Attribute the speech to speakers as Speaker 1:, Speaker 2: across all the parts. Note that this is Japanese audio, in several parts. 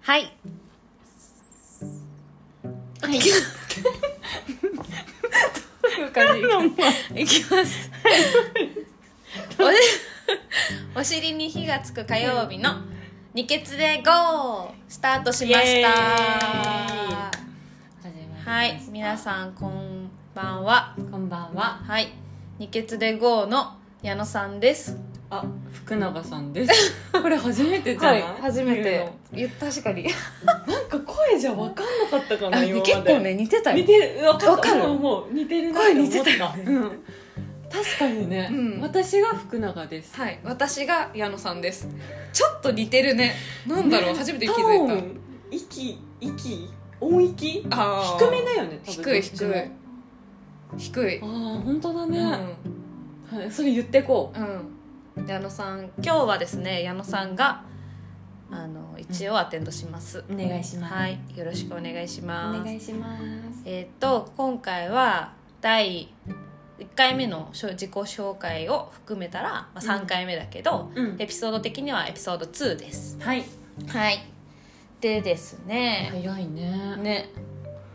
Speaker 1: はい。はい。
Speaker 2: いう感じ
Speaker 1: いきます。お お尻に火がつく火曜日の二血で GO! スタートしま
Speaker 2: イ
Speaker 1: し
Speaker 2: エーイ
Speaker 1: た。は
Speaker 2: はいい。
Speaker 1: 皆さんこんばんは。
Speaker 2: こんばんは
Speaker 1: はい。二血で GO! の矢野さんです。
Speaker 2: あ福永さんです これ初めてじゃない、言うの
Speaker 1: 言った確かに。
Speaker 2: なんか声じゃ分かんなかったかな今まで
Speaker 1: 結構ね、似てた
Speaker 2: 似
Speaker 1: よ。
Speaker 2: てる分か
Speaker 1: わ
Speaker 2: っ
Speaker 1: か
Speaker 2: た
Speaker 1: る
Speaker 2: もうもう似てるな
Speaker 1: 声似てた
Speaker 2: よ、うん、確かにね、
Speaker 1: うん
Speaker 2: 私が福永です
Speaker 1: はい。私が矢野さんです。ちょっと似てるね。なんだろう、初めて気
Speaker 2: ト
Speaker 1: づい
Speaker 2: ーン息息音域
Speaker 1: た。あー
Speaker 2: 低めだよね多分
Speaker 1: 低い低い
Speaker 2: どっちも
Speaker 1: 低い
Speaker 2: あ。ー本当だ
Speaker 1: う
Speaker 2: ね、
Speaker 1: ん。
Speaker 2: はい、それ言ってこう
Speaker 1: うん、矢野さん今日はですね矢野さんがあの一応アテンドします、
Speaker 2: お願いし
Speaker 1: はいよろしくお願いします
Speaker 2: いします
Speaker 1: えっ、と今回は第1回目のしょ自己紹介を含めたら、まあ、3回目だけど、
Speaker 2: うん
Speaker 1: エピソード的にはエピソード2です
Speaker 2: はい
Speaker 1: はいでですね、
Speaker 2: 早いね
Speaker 1: ね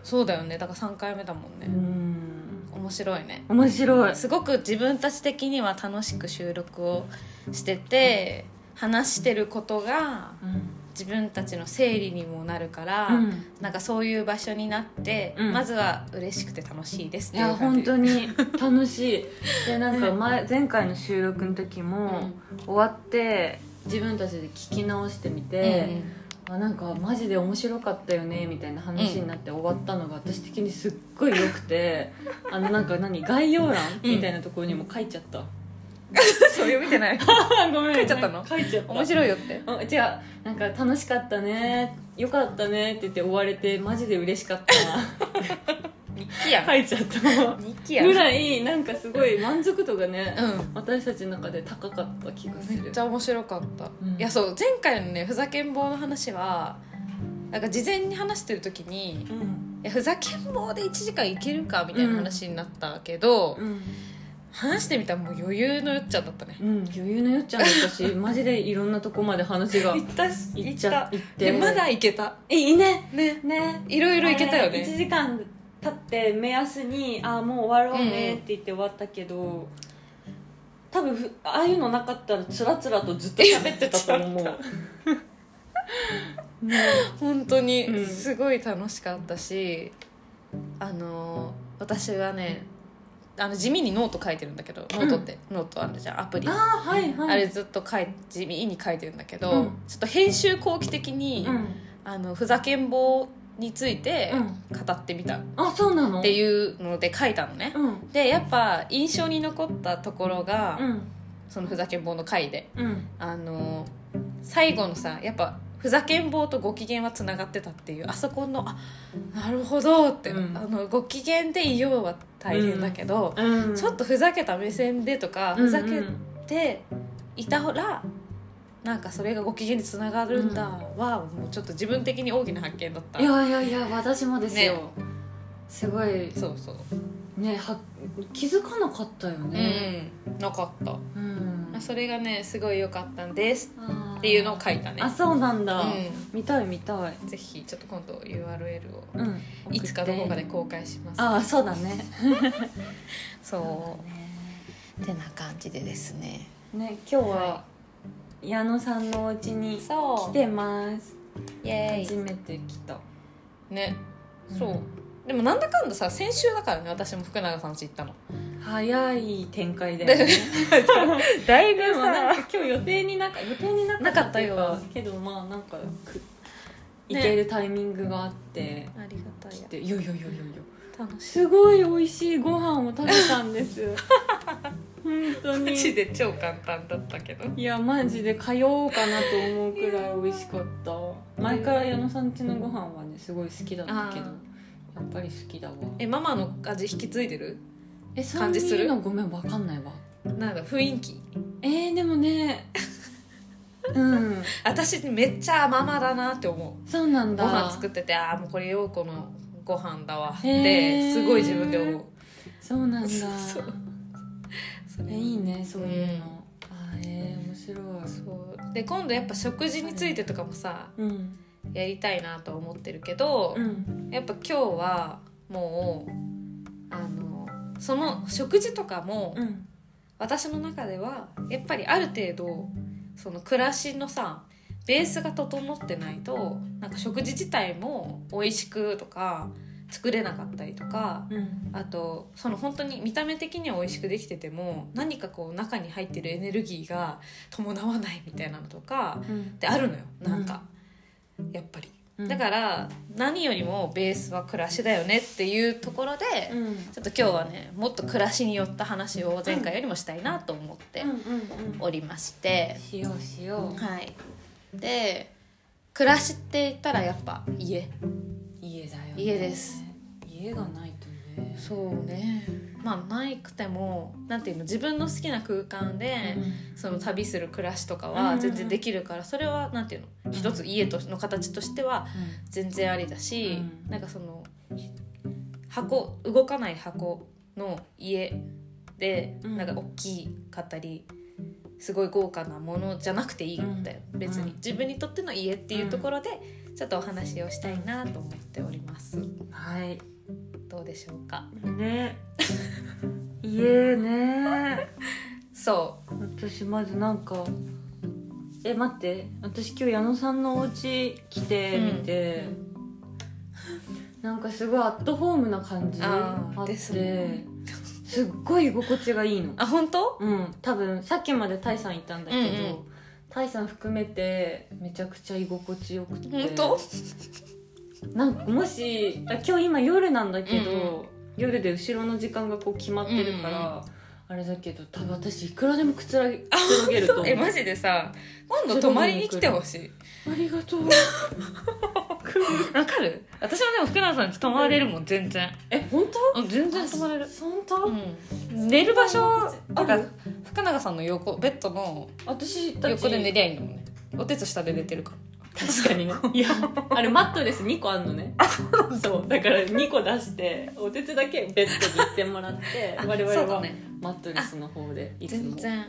Speaker 1: そうだよねだから3回目だもん
Speaker 2: う
Speaker 1: ね、
Speaker 2: ん
Speaker 1: 面白いね
Speaker 2: 面白い
Speaker 1: すごく自分たち的には楽しく収録をしてて話してることが
Speaker 2: う
Speaker 1: 自分たちの整理にもなるから、
Speaker 2: ん
Speaker 1: なんかそういう場所になって、
Speaker 2: うん
Speaker 1: まずは嬉しくて楽しいですっ
Speaker 2: い
Speaker 1: てい
Speaker 2: や
Speaker 1: う感
Speaker 2: 本
Speaker 1: じ
Speaker 2: 当に楽しい でなんか前前回の収録の時も終わって自分たちで聞き直してみ
Speaker 1: うんうん
Speaker 2: て、あなんかマジで面白かったよねみたいな話になって終わったのが私的にすっごい良くてあのなん か何概要欄
Speaker 1: うん
Speaker 2: みたいなところにも書いちゃった、
Speaker 1: そう読めてない
Speaker 2: ごめん
Speaker 1: 書いちゃったの
Speaker 2: 書いちゃっ た
Speaker 1: 面白いよって
Speaker 2: あ違うなんか楽しかったねよかったねって言って終われてマジで嬉しか った
Speaker 1: 日記やん、
Speaker 2: な書いちゃった
Speaker 1: 日記やん
Speaker 2: ぐらいなんかすごい満足度がね、
Speaker 1: うん
Speaker 2: 私たちの中で高かった気がする
Speaker 1: めっちゃ面白かった、
Speaker 2: う
Speaker 1: い
Speaker 2: ん
Speaker 1: やそう前回のねふざけん坊の話はなんか事前に話してる時に
Speaker 2: うん
Speaker 1: いやふざけん坊で1時間いけるかみたいな話になったけど、
Speaker 2: うん、
Speaker 1: 話してみたらもう余裕のよっちゃんだったね
Speaker 2: うん、余裕のよっちゃんだった しマジでいろんなとこまで話が
Speaker 1: 行った
Speaker 2: い
Speaker 1: 行
Speaker 2: っちゃいって
Speaker 1: でまだ行けた
Speaker 2: えいいね
Speaker 1: ね
Speaker 2: ね
Speaker 1: いろいろ行けたよ
Speaker 2: あれ1
Speaker 1: ね
Speaker 2: 時間経って目安に「ああもう終わろうね」って言って終わったけど、多分ふああいうのなかったらつらつらとずっと喋ってたと思
Speaker 1: ちょっ
Speaker 2: う ね
Speaker 1: 本当に
Speaker 2: うん
Speaker 1: すごい楽しかったし、あのー私はねあの地味にノート書いてるんだけどノートって、ノートあるじゃんアプリ
Speaker 2: あ
Speaker 1: あ,、
Speaker 2: あはいはい
Speaker 1: れずっと書い地味に書いてるんだけど、
Speaker 2: うん
Speaker 1: ちょっと編集後期的に、
Speaker 2: うん、
Speaker 1: あのふざけん坊について
Speaker 2: うん、
Speaker 1: 語ってみたっ
Speaker 2: あそうなの
Speaker 1: ていうので書いたのね、
Speaker 2: うん
Speaker 1: でやっぱ印象に残ったところが、
Speaker 2: うん
Speaker 1: そのふざけん坊の回で
Speaker 2: うん
Speaker 1: あの最後のさやっぱふざけん坊とご機嫌はつながってたっていうあそこのあなるほどって、
Speaker 2: うん
Speaker 1: あのご機嫌でいようは大変だけど、
Speaker 2: うん
Speaker 1: ちょっとふざけた目線でとか、ふざけていたらなんかそれがご機嫌につながるんだは、もうちょっと自分的に大きな発見だった
Speaker 2: いやいやいや私もですよ、すごい
Speaker 1: そうそう、
Speaker 2: ねは気づかなかったよね
Speaker 1: うんなかった
Speaker 2: うん、
Speaker 1: あそれがねすごい良かったんです
Speaker 2: あー
Speaker 1: っていうのを書いたね
Speaker 2: あそうなんだ、
Speaker 1: う
Speaker 2: 見たい見たい、
Speaker 1: ん、ぜひちょっと今度 URL を
Speaker 2: うん、
Speaker 1: いつかどこかで公開します
Speaker 2: ああそうだね
Speaker 1: そうってな感じでですね
Speaker 2: ね今日は
Speaker 1: は
Speaker 2: 矢野さんのお家に
Speaker 1: そ
Speaker 2: 来てます
Speaker 1: うイエ
Speaker 2: 初
Speaker 1: ー
Speaker 2: めて来た
Speaker 1: イね
Speaker 2: うん
Speaker 1: そうでもなんだかんださ先週だからね私も福永さんち行ったの
Speaker 2: 早い展開だ よね
Speaker 1: だい
Speaker 2: でもなんか今日予定になんか予定になかったってい
Speaker 1: な
Speaker 2: う
Speaker 1: かった
Speaker 2: けどまあなんかく
Speaker 1: ね
Speaker 2: 行けるタイミングがあって
Speaker 1: ありがたい
Speaker 2: 来
Speaker 1: や
Speaker 2: て、よいよいよいよいよ
Speaker 1: 楽しい
Speaker 2: すごい美味しいご飯を食べたんです 本当
Speaker 1: マ
Speaker 2: に
Speaker 1: ジで超簡単だったけど
Speaker 2: いやマジで通おうかなと思うくらい美味しかった前から矢野さん家のご飯はねすごい好きだったけど
Speaker 1: あ
Speaker 2: やっぱり好きだわ
Speaker 1: えママの味引き継いでる
Speaker 2: え
Speaker 1: 感
Speaker 2: 感
Speaker 1: じ
Speaker 2: じ
Speaker 1: す
Speaker 2: す
Speaker 1: る
Speaker 2: るのごめんわかんないわ
Speaker 1: なんだ雰囲気
Speaker 2: えー、でもね うん
Speaker 1: 私めっちゃママだなって思
Speaker 2: そうなん
Speaker 1: う
Speaker 2: だ
Speaker 1: ご飯作っててああもうこれ陽子のご飯だわっ
Speaker 2: へ
Speaker 1: て
Speaker 2: ー
Speaker 1: すごい自分で思う
Speaker 2: そうなんだ
Speaker 1: そうそうそ
Speaker 2: えいいねそういうの、あーえー、面白い
Speaker 1: そうで今度やっぱ食事についてとかもさ
Speaker 2: うん
Speaker 1: やりたいなと思ってるけど、
Speaker 2: うん
Speaker 1: やっぱ今日はもうあのその食事とかも
Speaker 2: うん
Speaker 1: 私の中ではやっぱりある程度その暮らしのさベースが整ってないとなんか食事自体も美味しくとか作れなかったりとか
Speaker 2: うん
Speaker 1: あとその本当に見た目的には美味しくできてても何かこう中に入ってるエネルギーが伴わないみたいなのとかってあるのよなんか、やっぱり。だ
Speaker 2: ら
Speaker 1: から何よりもベースは暮らしだよねっていうところで、
Speaker 2: うんうん
Speaker 1: ちょっと今日はねもっと暮らしに寄った話を前回よりもしたいなと思って
Speaker 2: うん
Speaker 1: おりまして、
Speaker 2: しようしよ
Speaker 1: はいで暮らしって言ったらやっぱ家
Speaker 2: う家だよね
Speaker 1: 家です
Speaker 2: 家がないとね
Speaker 1: そうねまあないくてもなんていうの自分の好きな空間で、その旅する暮らしとか
Speaker 2: うんうんう
Speaker 1: は
Speaker 2: ん
Speaker 1: 全然できるからそれはなんていうの一つ家との形としては全然ありだし、
Speaker 2: うん
Speaker 1: なんかその箱動かない箱の家で、
Speaker 2: うん
Speaker 1: なんか大きかったりすごい豪華なものじゃなくていいんだよ、
Speaker 2: ん
Speaker 1: 別
Speaker 2: う
Speaker 1: に
Speaker 2: ん
Speaker 1: 自分にとっての家っていうところでちょっとお話をしたいなと思っております
Speaker 2: はい
Speaker 1: どうでしょうか
Speaker 2: ね 家ね
Speaker 1: そ
Speaker 2: 私まずなんかえ待って私今日矢野さんのお家来てみ
Speaker 1: う、
Speaker 2: て、なんかすごいアットホームな感じ
Speaker 1: あ
Speaker 2: あ
Speaker 1: ー
Speaker 2: って
Speaker 1: ですね
Speaker 2: すっごい居心地がいいの
Speaker 1: あ本当
Speaker 2: うん多分さっきまでタイさんいたんだけど、
Speaker 1: うんうん
Speaker 2: タイさん含めてめちゃくちゃ居心地よくて
Speaker 1: 本当
Speaker 2: なんかもしあ今日今夜なんだけど、
Speaker 1: うんう
Speaker 2: 夜で後ろの時間がこう決まってるから、
Speaker 1: うん
Speaker 2: あれだけど多分私いくらでもくつらくつろげると思う
Speaker 1: えマジでさ今度泊まりに来てほしい
Speaker 2: ありがとう
Speaker 1: わかる私はでも福永さんち泊まれるもん全然
Speaker 2: え本当
Speaker 1: うん全然泊まれる
Speaker 2: 本当、
Speaker 1: うん寝る場所
Speaker 2: あ
Speaker 1: だ
Speaker 2: る
Speaker 1: から福永さんの横ベッドの
Speaker 2: 私たち
Speaker 1: 横で寝りゃいいんだもんねお手つ下で寝てるか
Speaker 2: 確か にねいやあれマットレス2個あんのねそうだから2個出してお手つだけベッドに行っても らって
Speaker 1: ら
Speaker 2: 我
Speaker 1: そう
Speaker 2: 々
Speaker 1: だ
Speaker 2: は
Speaker 1: ね
Speaker 2: マットレスの方でいつ
Speaker 1: 全
Speaker 2: も
Speaker 1: 然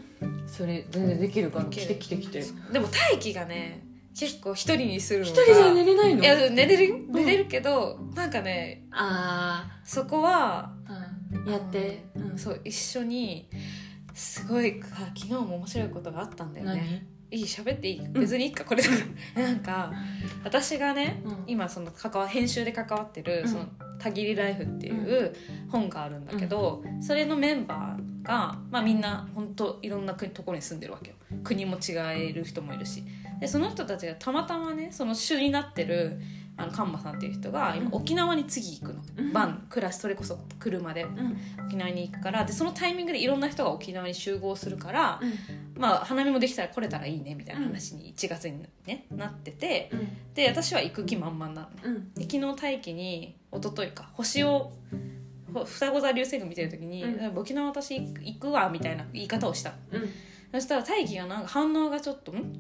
Speaker 2: それ全然できるから
Speaker 1: でき
Speaker 2: 来て
Speaker 1: る
Speaker 2: 来て来て一
Speaker 1: でも待機がね結構一人にするのが
Speaker 2: 人じゃ寝れないの
Speaker 1: いや寝れるよ寝れるけど、なんかね
Speaker 2: あ
Speaker 1: そこは
Speaker 2: ーうんやって、うん
Speaker 1: そう一緒にすごいあ昨日も面白いことがあったんだよね
Speaker 2: 何
Speaker 1: いい喋っていい別にいいかこれだからなんか私がね
Speaker 2: うん
Speaker 1: 今その関わ編集で関わってる
Speaker 2: う
Speaker 1: 「
Speaker 2: ん
Speaker 1: そのたぎりライフ」っていう本があるんだけど、それのメンバーが、まあ、みんな本当いろんな国ところに住んでるわけよ国も違える人もいるしでその人たちがたまたまねその主になってるあのカンマさんっていう人が今
Speaker 2: うん
Speaker 1: 沖縄に次行くの、
Speaker 2: うん
Speaker 1: バン暮らしそれこそ車で
Speaker 2: うん
Speaker 1: 沖縄に行くからでそのタイミングでいろんな人が沖縄に集合するから、
Speaker 2: うん
Speaker 1: まあ、花見もできたら来れたらいいねみたいな話に1月に、ね、なっててで私は行く気満々なのね。
Speaker 2: うん
Speaker 1: で昨日大輝に一昨日か星をほ双子座流星群見てる時に「
Speaker 2: う
Speaker 1: 沖縄私行く行くわ」みたいな言い方をしたのそしたら大輝がなんか反応がちょっとん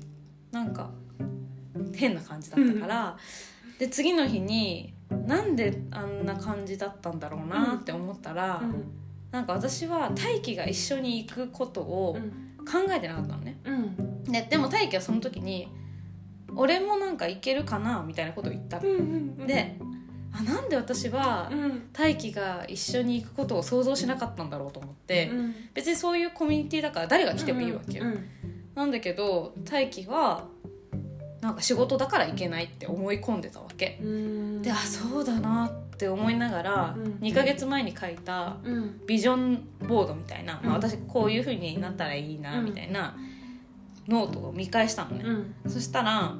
Speaker 1: なんか変な感じだったから、で次の日になんであんな感じだったんだろうなって思ったら、
Speaker 2: うん
Speaker 1: なんか私は大輝が一緒に行くことを考えてなかったのね
Speaker 2: うんうん
Speaker 1: ででも大輝はその時に「俺もなんか行けるかな」みたいなことを言ったの
Speaker 2: うんうん
Speaker 1: であなんで私は
Speaker 2: うん
Speaker 1: 大輝が一緒に行くことを想像しなかったんだろうと思って、
Speaker 2: うん
Speaker 1: 別にそういうコミュニティだから誰が来てもいいわけよ、
Speaker 2: うん
Speaker 1: なんだけど大輝はなんか仕事だから行けないって思い込んでたわけ
Speaker 2: うん
Speaker 1: であそうだなって思いながら、
Speaker 2: うん
Speaker 1: 2ヶ月前に書いた
Speaker 2: うん
Speaker 1: ビジョンボードみたいな、まあ、
Speaker 2: うん
Speaker 1: 私こういう風になったらいいな
Speaker 2: うん
Speaker 1: みたいなノートを見返したのね、
Speaker 2: うん
Speaker 1: そしたら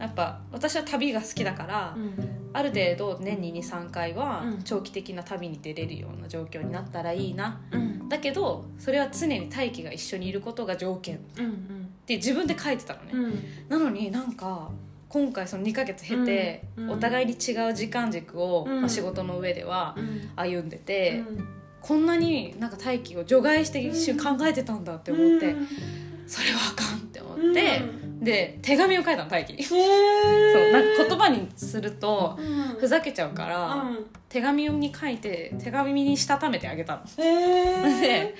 Speaker 1: やっぱ私は旅が好きだから、
Speaker 2: うん
Speaker 1: ある程度年に23回は
Speaker 2: うん
Speaker 1: 長期的な旅に出れるような状況になったらいいな
Speaker 2: うん
Speaker 1: だけどそれは常に大輝が一緒にいることが条件っ
Speaker 2: うん
Speaker 1: て自分で書いてたのね、
Speaker 2: うん
Speaker 1: なのになんか今回その2ヶ月経て
Speaker 2: うんうん
Speaker 1: お互いに違う時間軸を、
Speaker 2: うん
Speaker 1: まあ、仕事の上では
Speaker 2: うん
Speaker 1: 歩んで
Speaker 2: う
Speaker 1: て、
Speaker 2: ん
Speaker 1: こんなになんか大輝を除外して一瞬考えてたんだって思って、それはあかんって思
Speaker 2: うん
Speaker 1: って
Speaker 2: う、ん
Speaker 1: で手紙を書いたの大輝 に
Speaker 2: へえ
Speaker 1: そうなんか言葉にすると
Speaker 2: うん
Speaker 1: ふざけちゃうから、手紙に書いて手紙にしたためてあげたの。
Speaker 2: うんへえ
Speaker 1: で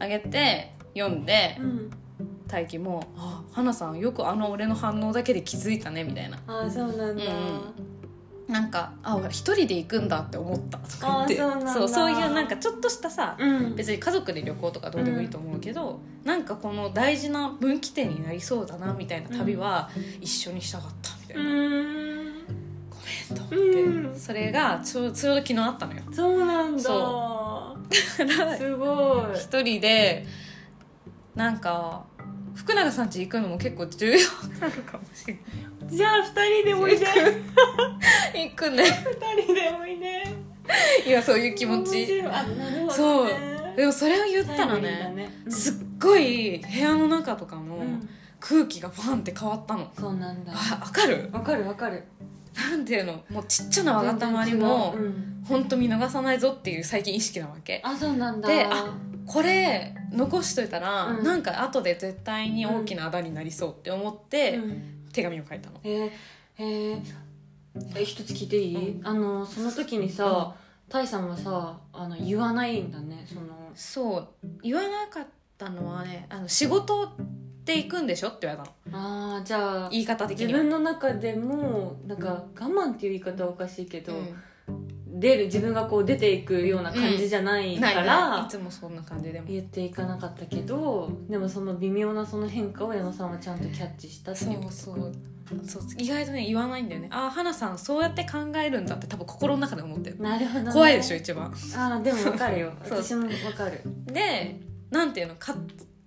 Speaker 1: あげて読んで
Speaker 2: うん
Speaker 1: 大輝も「あ花さんよくあの俺の反応だけで気づいたね」みたいな
Speaker 2: ああそうなんだ、
Speaker 1: うんなんか「あ一人で行くんだって思った」とか言
Speaker 2: あーそ
Speaker 1: っ
Speaker 2: うな
Speaker 1: て
Speaker 2: んだ
Speaker 1: そうそういうなんかちょっとしたさ
Speaker 2: うん
Speaker 1: 別に家族で旅行とかどうでもいいと思うけど、なんかこの大事な分岐点になりそうだなみたいな旅は一緒にしたかったみたいな、
Speaker 2: うん
Speaker 1: ごめんと思って、
Speaker 2: うん
Speaker 1: それがちょうちょうど昨日あったのよ。
Speaker 2: そうなんだすごい
Speaker 1: 一人でなんか福永さん家行くのも結構重要なのかもしれな
Speaker 2: じゃあ二人でおいで二
Speaker 1: い行くね
Speaker 2: 人でおいで
Speaker 1: いやそういう気持ち
Speaker 2: あなるほど、ね、
Speaker 1: そうでもそれを言ったら
Speaker 2: タイ
Speaker 1: ね
Speaker 2: ムリーだうん
Speaker 1: すっごい部屋の中とかも
Speaker 2: うん
Speaker 1: 空気がバンって変わったの、
Speaker 2: そうなんだ
Speaker 1: あわかる
Speaker 2: わかるわかる
Speaker 1: なんていうのもうちっちゃなわがたまりも
Speaker 2: 全然違ううん
Speaker 1: ほんと見逃さないぞっていう最近意識なわけ
Speaker 2: あそうなんだ
Speaker 1: であこれ残しといたら、
Speaker 2: うん
Speaker 1: なんか後で絶対に大きなあだになりそうって思って、
Speaker 2: うん
Speaker 1: 手紙を書いたの
Speaker 2: えーえーえ一つ聞いていい、
Speaker 1: う
Speaker 2: あのその時にさタイさんはさあの言わないんだねその
Speaker 1: そう言わなかったのはねあの仕事で行くんでしょって言われたの
Speaker 2: あーじゃあ
Speaker 1: 言い方的
Speaker 2: 自
Speaker 1: には
Speaker 2: 分の中でもなんか我慢っていう言い方はおかしいけど、
Speaker 1: う
Speaker 2: 出る自分がこう出ていくような感じじゃない
Speaker 1: んない
Speaker 2: か
Speaker 1: ないい
Speaker 2: ら
Speaker 1: つもそんな感じでも
Speaker 2: 言っていかなかったけどでもその微妙なその変化を矢野さんはちゃんとキャッチしたって
Speaker 1: そ
Speaker 2: いううこと
Speaker 1: そうそう意外とね言わないんだよねああ花さんそうやって考えるんだって多分心の中で思ってる
Speaker 2: なるほど、ね、
Speaker 1: 怖いでしょ一番
Speaker 2: あーでもわかる よ
Speaker 1: そう
Speaker 2: 私もわかる
Speaker 1: でなんていうのか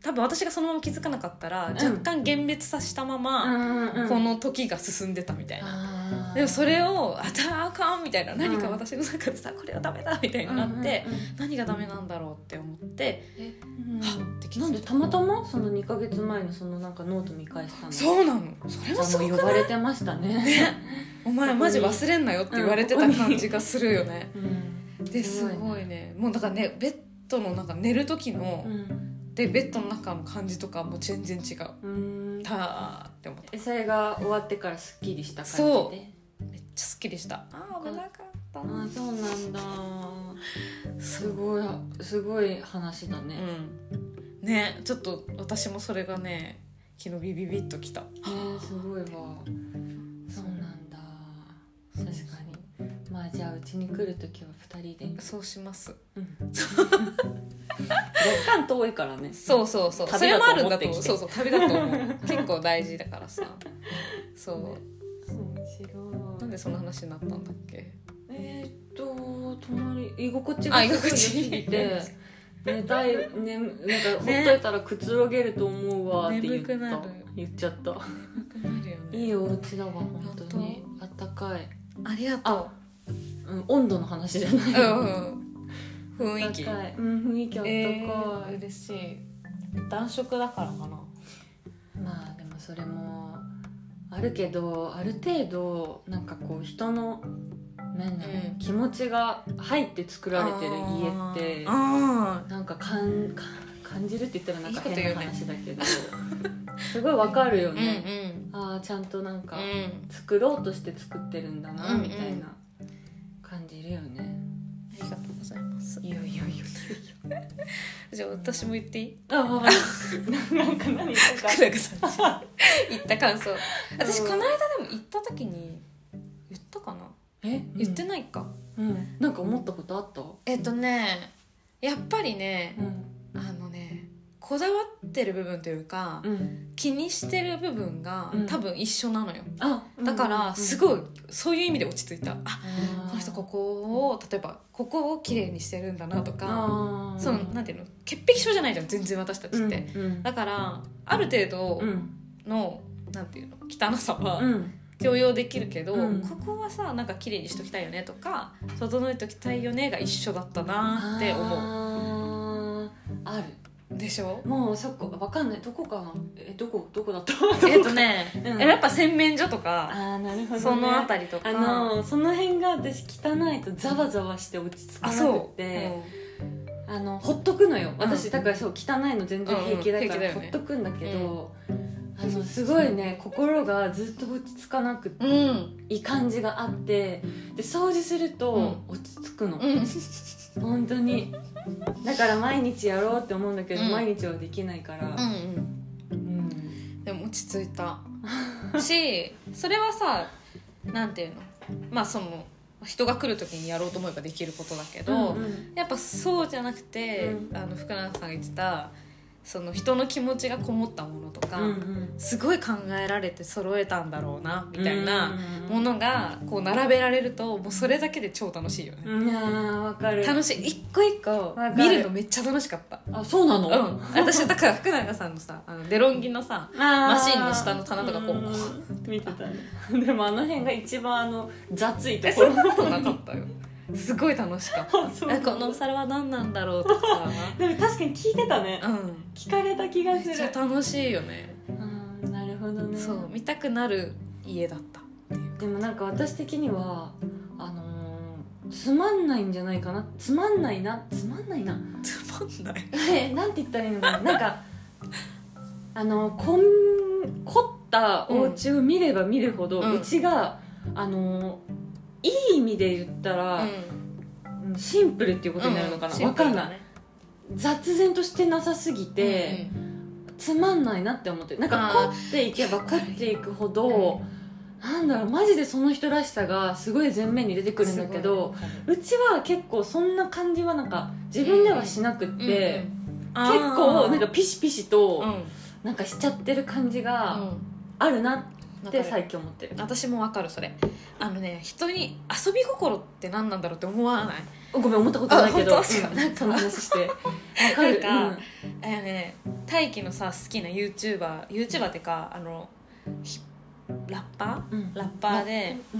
Speaker 1: 多分私がそのまま気づかなかったら、若干幻滅させたまま、こ
Speaker 2: こ
Speaker 1: の時が進んでたみたいな、
Speaker 2: あー
Speaker 1: でもそれを「あだあかん」みたいな何か私の中でさ、これはダメだみたいになって、
Speaker 2: うんうんうん
Speaker 1: 何がダメなんだろうって思って、
Speaker 2: え
Speaker 1: はっって気づい
Speaker 2: なんでたまたまその2か月前のそのなんかノート見返したの
Speaker 1: そうなのそれ
Speaker 2: じゃ
Speaker 1: もす
Speaker 2: あ
Speaker 1: ご
Speaker 2: もう
Speaker 1: く
Speaker 2: 呼ば
Speaker 1: ない
Speaker 2: れてましたね、
Speaker 1: ねお前マジ忘れんなよって言われてた感じがするよね、
Speaker 2: うん
Speaker 1: ですごいねもうだからねベッドの中寝る時の、
Speaker 2: うん
Speaker 1: でベッドの中の感じとかもう全然違うた
Speaker 2: うん
Speaker 1: ーって思った
Speaker 2: えそれが終わってからすっきりした感じで
Speaker 1: そうめっちゃすっきりしたあー危なかった
Speaker 2: あーそうなんだすごいすごい話だね、
Speaker 1: うんねちょっと私もそれがね昨日ビビビッときた
Speaker 2: えー、すごいわそうなんだ確かにまあじゃあうちに来る時は2人で
Speaker 1: そうします
Speaker 2: うん若干遠いからね
Speaker 1: そうそうそうそ
Speaker 2: 旅
Speaker 1: れ
Speaker 2: だ
Speaker 1: も
Speaker 2: と
Speaker 1: あるんだと
Speaker 2: 思っ
Speaker 1: 思
Speaker 2: て
Speaker 1: う
Speaker 2: きて
Speaker 1: そうそう旅だと 思う結構大事だからさそ
Speaker 2: 面
Speaker 1: うな
Speaker 2: 白
Speaker 1: ん
Speaker 2: い
Speaker 1: でその話になったんだっけ
Speaker 2: えー、っと隣居心地
Speaker 1: あ
Speaker 2: が
Speaker 1: 居
Speaker 2: すご
Speaker 1: 心
Speaker 2: い
Speaker 1: 地
Speaker 2: 良すぎ て寝たい、ね、なんかほっといたらくつろげると思うわって言った、
Speaker 1: 眠くなる
Speaker 2: 言っちゃった
Speaker 1: なくなるよね
Speaker 2: いいお家だわ本当にあったかい
Speaker 1: ありがと
Speaker 2: あ、うん、温度の話じゃない、
Speaker 1: ううんうん雰囲気
Speaker 2: あったかい、うん、雰囲気あったかい、
Speaker 1: えー、嬉しい暖色だからかな
Speaker 2: まあでもそれもあるけどある程度なんかこう人のなんだろう
Speaker 1: うん
Speaker 2: 気持ちが入って作られてる家って
Speaker 1: あ
Speaker 2: なんかかんか感じるって言ったらなんか
Speaker 1: いいこと言
Speaker 2: 変
Speaker 1: う
Speaker 2: な
Speaker 1: ね
Speaker 2: 話だけどすごいわかるよ
Speaker 1: ー
Speaker 2: ね、
Speaker 1: うん
Speaker 2: ああちゃんとなんか
Speaker 1: うんうん
Speaker 2: 作ろうとして作ってるんだな
Speaker 1: うんうん
Speaker 2: みたいな感じるよね、
Speaker 1: ありがとうございます
Speaker 2: いやいやいや
Speaker 1: じゃあ私も言っていい
Speaker 2: あああ なんか何言ってた
Speaker 1: 福永 さんち言った感想私この間でも行った時に言ったかな
Speaker 2: え
Speaker 1: 言って
Speaker 2: ない、
Speaker 1: ないか
Speaker 2: うん、なんか思ったことあった
Speaker 1: えっとねやっぱりね
Speaker 2: うん
Speaker 1: あのねこだわってる部分というか
Speaker 2: うん
Speaker 1: 気にしてる部分が
Speaker 2: うん
Speaker 1: 多分一緒なのよ
Speaker 2: あ
Speaker 1: だからす
Speaker 2: い
Speaker 1: ごいそういう意味で落ち着いたあこ
Speaker 2: こ
Speaker 1: の人ここを例えばここを綺麗にしてるんだなとか
Speaker 2: あー
Speaker 1: そのなんていうの潔癖症じゃないじゃん全然私たちって
Speaker 2: うん
Speaker 1: だからある程度
Speaker 2: うん
Speaker 1: のなんていうの汚さ
Speaker 2: う
Speaker 1: は
Speaker 2: ん
Speaker 1: 許容できるけど
Speaker 2: うん
Speaker 1: ここはさなんか綺麗にしときたいよねとか整えときたいよねが一緒だったなって思
Speaker 2: 思うあーあ
Speaker 1: うでしょ
Speaker 2: るもうそこわかんないどこかなえどこどこだった
Speaker 1: えっとね、
Speaker 2: うん
Speaker 1: えやっぱ洗面所と
Speaker 2: あ
Speaker 1: か、
Speaker 2: ーなるほど、ね、
Speaker 1: そのあ
Speaker 2: り
Speaker 1: たりとか
Speaker 2: あのその辺が私汚いとざわざわして落ち着
Speaker 1: あ
Speaker 2: かなく
Speaker 1: そう、
Speaker 2: てあのほっとくのよ私、だからそう汚いの全然平気だから、
Speaker 1: うんうん平気だよね
Speaker 2: ほっとくんだけど、あのすごいね心がずっと落ち着かなく
Speaker 1: うんうん
Speaker 2: いい感じがあってで掃除すると落ち着くの、
Speaker 1: うん
Speaker 2: 本当にだから毎日やろうって思うんだけど、
Speaker 1: うん
Speaker 2: 毎日はできないから、
Speaker 1: うん
Speaker 2: うん
Speaker 1: 落ち着い たしそれはさなんていうのまあその人が来る時にやろうと思えばできることだけど、
Speaker 2: うんうん
Speaker 1: やっぱそうじゃなくて、
Speaker 2: うん
Speaker 1: あの福永さんが言ってたその人の気持ちがこもったものとか、
Speaker 2: うんうん
Speaker 1: すごい考えられて揃えたんだろうなみたいな
Speaker 2: うん
Speaker 1: ものがこう並べられるともうそれだけで超楽しいよね、
Speaker 2: いやーわかる
Speaker 1: 楽しい一個一個
Speaker 2: かる
Speaker 1: 見るのめっちゃ楽しかった
Speaker 2: あそうな
Speaker 1: う
Speaker 2: の、
Speaker 1: ん私だから福永さんのさあのデロンギのさ
Speaker 2: マ
Speaker 1: マシンの下の棚とかこう
Speaker 2: 見てたねでもあの辺が一番あの雑いと
Speaker 1: え
Speaker 2: こ
Speaker 1: そん
Speaker 2: ろ
Speaker 1: なことなかったよすごい楽しかった
Speaker 2: あそう
Speaker 1: えこのお皿は何なんだろうとか
Speaker 2: でも確かに聞いてたね
Speaker 1: うん
Speaker 2: 聞かれた気がす
Speaker 1: めっちゃ
Speaker 2: る
Speaker 1: 楽しいよね
Speaker 2: うんなるほどね
Speaker 1: そう見たくなる家だった
Speaker 2: でもなんか私的にはあのーつまんないんじゃないかなつまんないなつまんないな
Speaker 1: つまんない
Speaker 2: えなんて言ったらいいのかななんかあのこん凝ったお家を見れば見るほど、
Speaker 1: う
Speaker 2: うんちがあのいい意味で言ったら、うんシンプルっていうことになるのかな、わかんない、雑然としてなさすぎて、
Speaker 1: で
Speaker 2: つまんないなって思ってなんか
Speaker 1: あ
Speaker 2: 凝っていけば凝っていくほど
Speaker 1: う、
Speaker 2: なんだろうマジでその人らしさがすごい前面に出てくるんだけどうちは結構そんな感じはなんか自分ではしなくって、結構なんかピシピシとなんかしちゃってる感じがあるなって最近思ってる
Speaker 1: 私もわかるそれあのね人に遊び心って何なんだろうって思わない
Speaker 2: ごめん思ったことないけど
Speaker 1: あ本当
Speaker 2: うんなんかその話 してわかる
Speaker 1: なんかあのね大輝のさ好きな YouTuberYouTuber ってかあのひラッパ
Speaker 2: うんうん
Speaker 1: ーラッパーで
Speaker 2: う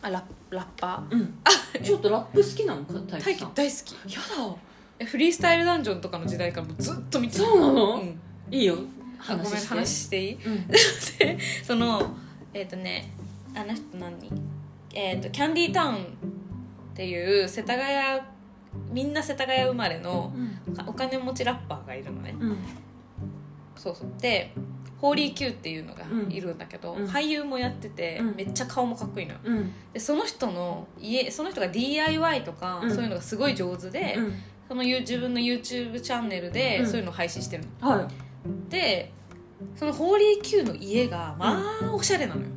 Speaker 1: あララッパ
Speaker 2: んうんちょっとラップ好きなのか
Speaker 1: ー大
Speaker 2: 大輝さ
Speaker 1: 輝
Speaker 2: ん
Speaker 1: 大好き
Speaker 2: や
Speaker 1: えフリースタイルダンジョンとかの時代からもうずっと見てる
Speaker 2: そうなの
Speaker 1: ん
Speaker 2: だいいよ
Speaker 1: あごめん
Speaker 2: 話して
Speaker 1: 話していい
Speaker 2: うん
Speaker 1: そのえっ、とねあの人何えっ、とキャンディータウンっていう世田谷みんな世田谷生まれのお金持ちラッパーがいるのね
Speaker 2: うん
Speaker 1: そうそうでホーリー Q っていうのがいるんだけど、
Speaker 2: うん
Speaker 1: 俳優もやってて、
Speaker 2: うん
Speaker 1: めっちゃ顔もかっこいいのよ
Speaker 2: うんうん
Speaker 1: でその人の家その人が DIY とか、
Speaker 2: うん
Speaker 1: そういうのがすごい上手で、そのゆ自分の YouTube チャンネルで
Speaker 2: うん
Speaker 1: そういうのを配信してるの、
Speaker 2: は
Speaker 1: でそのホーリー Q の家がまあおしゃれなのよ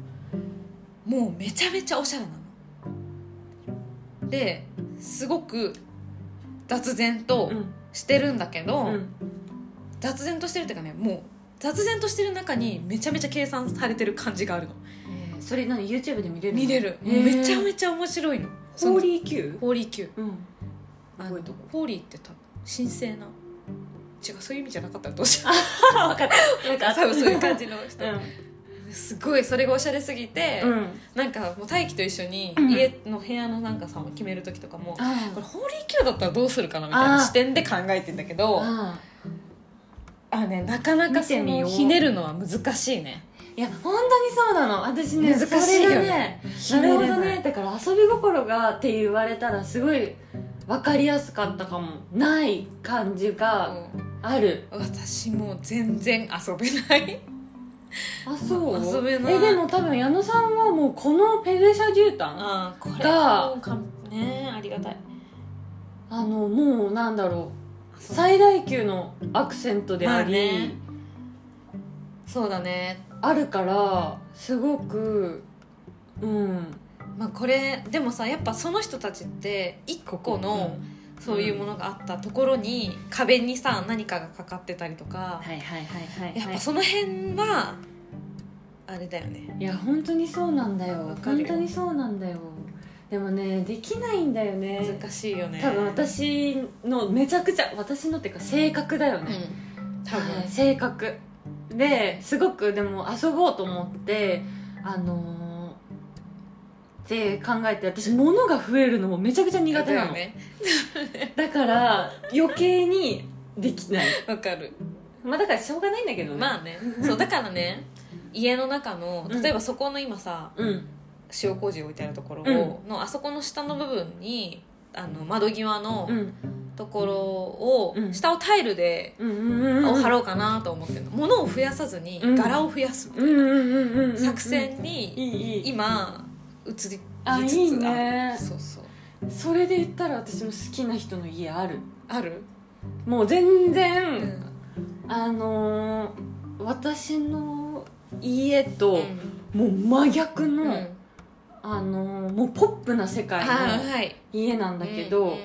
Speaker 1: もうめちゃめちゃおしゃれなのですごく雑然
Speaker 2: い
Speaker 1: と
Speaker 2: うん
Speaker 1: してるんだけど、
Speaker 2: うん
Speaker 1: 雑然としてるっていうかねもう雑然としてる中にめちゃめちゃ計算されてる感じがあるの
Speaker 2: えーそれ何 YouTube で見れるの
Speaker 1: 見れる、
Speaker 2: えー
Speaker 1: めちゃめちゃ面白いの
Speaker 2: ホー
Speaker 1: ー
Speaker 2: リー Q
Speaker 1: ホーリー Q
Speaker 2: うん
Speaker 1: あ
Speaker 2: すご
Speaker 1: の
Speaker 2: いとこ
Speaker 1: ホーリーって多分神聖な違うそういう意味じゃなかったらどうしよ
Speaker 2: あ分かった
Speaker 1: う
Speaker 2: なん
Speaker 1: 多分そういう感じの人、
Speaker 2: う
Speaker 1: すごいそれがおしゃれすぎて、
Speaker 2: んうん
Speaker 1: なんかもう大輝と一緒に
Speaker 2: うん
Speaker 1: 家の部屋のなんかさ決める時とかも、
Speaker 2: あ
Speaker 1: これホーリー Q だったらどうするかなみたいな
Speaker 2: あー
Speaker 1: 視点で考えてんだけどあ
Speaker 2: あ
Speaker 1: ーねなかなかそ
Speaker 2: 見てみよ
Speaker 1: の
Speaker 2: う
Speaker 1: ひねるのは難しいね
Speaker 2: いや本当にそうなの私ね
Speaker 1: 難しいよ
Speaker 2: それがね
Speaker 1: ひ
Speaker 2: な
Speaker 1: ね
Speaker 2: る
Speaker 1: れ
Speaker 2: ほ
Speaker 1: ない
Speaker 2: どねだから遊び心がって言われたらすごい分かりやすかったかもない感じが
Speaker 1: うん
Speaker 2: ある
Speaker 1: 私もう全然遊べない
Speaker 2: あそう
Speaker 1: 遊べない
Speaker 2: えでも多分矢野さんはもうこのペルシャ絨毯
Speaker 1: あーこれ
Speaker 2: が
Speaker 1: もうかんねありがたい
Speaker 2: あのもうなんだろう
Speaker 1: そう
Speaker 2: 最大級のアクセントであ
Speaker 1: まあね
Speaker 2: り
Speaker 1: そうだね
Speaker 2: あるからすごくうん
Speaker 1: まあこれでもさやっぱその人たちって一個のそういうものがあったところに壁にさ何かがかかってたりとか
Speaker 2: はいはいはいはい
Speaker 1: やっ
Speaker 2: は
Speaker 1: ぱ
Speaker 2: い
Speaker 1: その辺はあれだよね
Speaker 2: いや本当にそうなんだよ
Speaker 1: わかる
Speaker 2: 本
Speaker 1: よ
Speaker 2: 当にそうなんだよでもねできないんだよね
Speaker 1: 難しいよね
Speaker 2: 多分私のめちゃくちゃ私のっていうか性格だよ
Speaker 1: う
Speaker 2: ね、
Speaker 1: ん多分、
Speaker 2: はい性格ですごくでも遊ぼうと思ってあのーって考えて私物が増えるのもめちゃくちゃ苦手なのだ,、
Speaker 1: ね
Speaker 2: から余計にできない
Speaker 1: わかる
Speaker 2: まあだからしょうがないんだけどね、
Speaker 1: まあねそうだからね家の中の例えばそこの今さ
Speaker 2: うん
Speaker 1: 塩麹置いてあるところを、のあそこの下の部分にあの窓際の
Speaker 2: うん
Speaker 1: ところを、
Speaker 2: うん
Speaker 1: 下をタイルで、
Speaker 2: うんうんうん
Speaker 1: を
Speaker 2: うん
Speaker 1: 貼ろうかなと思ってるの物を増やさずに、
Speaker 2: うん
Speaker 1: 柄を増やす、
Speaker 2: うんうんうんうんうん
Speaker 1: 作戦
Speaker 2: い
Speaker 1: に
Speaker 2: いいい
Speaker 1: 今移りつつ
Speaker 2: あいいね
Speaker 1: そうそう
Speaker 2: それで言ったら私も好きな人の家ある
Speaker 1: ある、
Speaker 2: もう全
Speaker 1: う
Speaker 2: 然、
Speaker 1: ん
Speaker 2: あのー私の家と
Speaker 1: う
Speaker 2: もう真逆の、
Speaker 1: ん
Speaker 2: あのーもうポップな世界
Speaker 1: あ
Speaker 2: の
Speaker 1: ーはい
Speaker 2: 家なんだけど、
Speaker 1: うんうん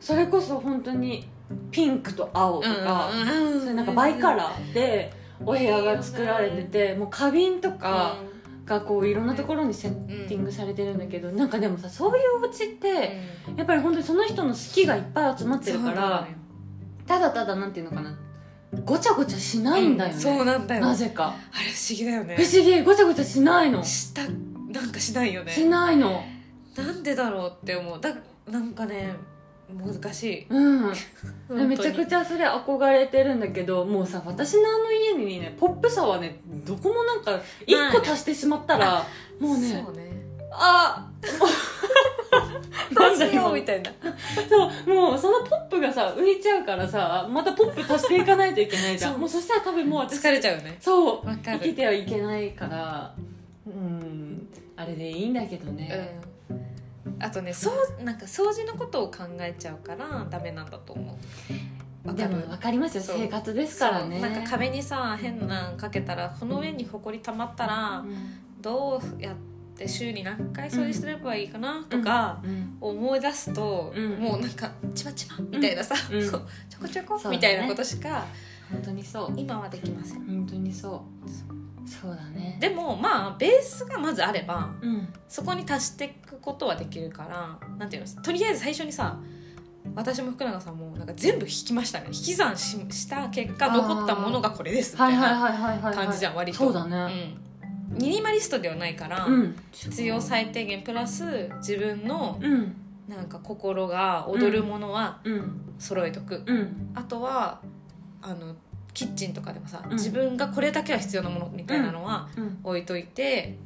Speaker 2: それこそ本当にピンクと青とか、
Speaker 1: うん
Speaker 2: そういうなんかバイカラーでお部屋が作られててもう花瓶とかがこういろんなところにセッ
Speaker 1: うん
Speaker 2: ティングされてるんだけど、なんかでもさそういうお家ってやっぱり本当にその人の好きがいっぱい集まってるか
Speaker 1: そうなの
Speaker 2: ら
Speaker 1: よ
Speaker 2: ただただなんていうのかなごちゃごちゃしないんだよね、
Speaker 1: そうなんだよ
Speaker 2: なぜか
Speaker 1: あれ不思議だよね
Speaker 2: 不思議ごちゃごちゃしないの
Speaker 1: したなんかしないよね
Speaker 2: しないの
Speaker 1: なんでだろうって思うだなんかね難しい
Speaker 2: うん
Speaker 1: 本当に
Speaker 2: めちゃくちゃそれ憧れてるんだけどもうさ私のあの家にねポップさはねどこもなんか一個足してしまったらもうね
Speaker 1: そうね
Speaker 2: あもう なんだ
Speaker 1: どうし
Speaker 2: よ
Speaker 1: うみたいな
Speaker 2: そうもうそのポップがさ浮いちゃうからさまたポップ足していかないといけないじゃん
Speaker 1: そう
Speaker 2: もうそしたら多分もう私
Speaker 1: 疲れちゃうね
Speaker 2: そう
Speaker 1: わか
Speaker 2: 生き
Speaker 1: る
Speaker 2: てはいけないからうんあれでいいんだけどね、
Speaker 1: うんあとねそうなんか掃除のことを考えちゃうからダメなんだと思うわ
Speaker 2: で
Speaker 1: かる
Speaker 2: も分かりますよ
Speaker 1: そう
Speaker 2: 生活ですからね
Speaker 1: そうなんか壁にさ変なんかけたらこの上にほこりたまったらどうやって週に何回掃除すればいいかなとか
Speaker 2: うん
Speaker 1: 思い出すと、
Speaker 2: うん
Speaker 1: もうなんかちまちまみたいなさ、
Speaker 2: うんうん
Speaker 1: そうちょこちょこ
Speaker 2: そうだね
Speaker 1: みたいなことしか
Speaker 2: 本当にそう
Speaker 1: 今はできません
Speaker 2: 本当にそうそうだね
Speaker 1: でもまあベースがまずあれば
Speaker 2: うん
Speaker 1: そこに足していくことはできるからなんていうのとりあえず最初にさ私も福永さんもなんか全部引きましたね引き算しした結果
Speaker 2: あー
Speaker 1: 残ったものがこれですみた
Speaker 2: はい
Speaker 1: い
Speaker 2: はい
Speaker 1: な
Speaker 2: はいはいはい
Speaker 1: 感じじゃん割と
Speaker 2: そうだね
Speaker 1: うんミニマリストではないから、
Speaker 2: うん
Speaker 1: 必要最低限プラス自分の
Speaker 2: うん
Speaker 1: なんか心が踊るものは
Speaker 2: うん
Speaker 1: 揃えとく、
Speaker 2: うん
Speaker 1: あとはあのキッチンとかでもさ、
Speaker 2: ん
Speaker 1: 自分がこれだけは必要なものみたいなのは
Speaker 2: うん
Speaker 1: 置いといて、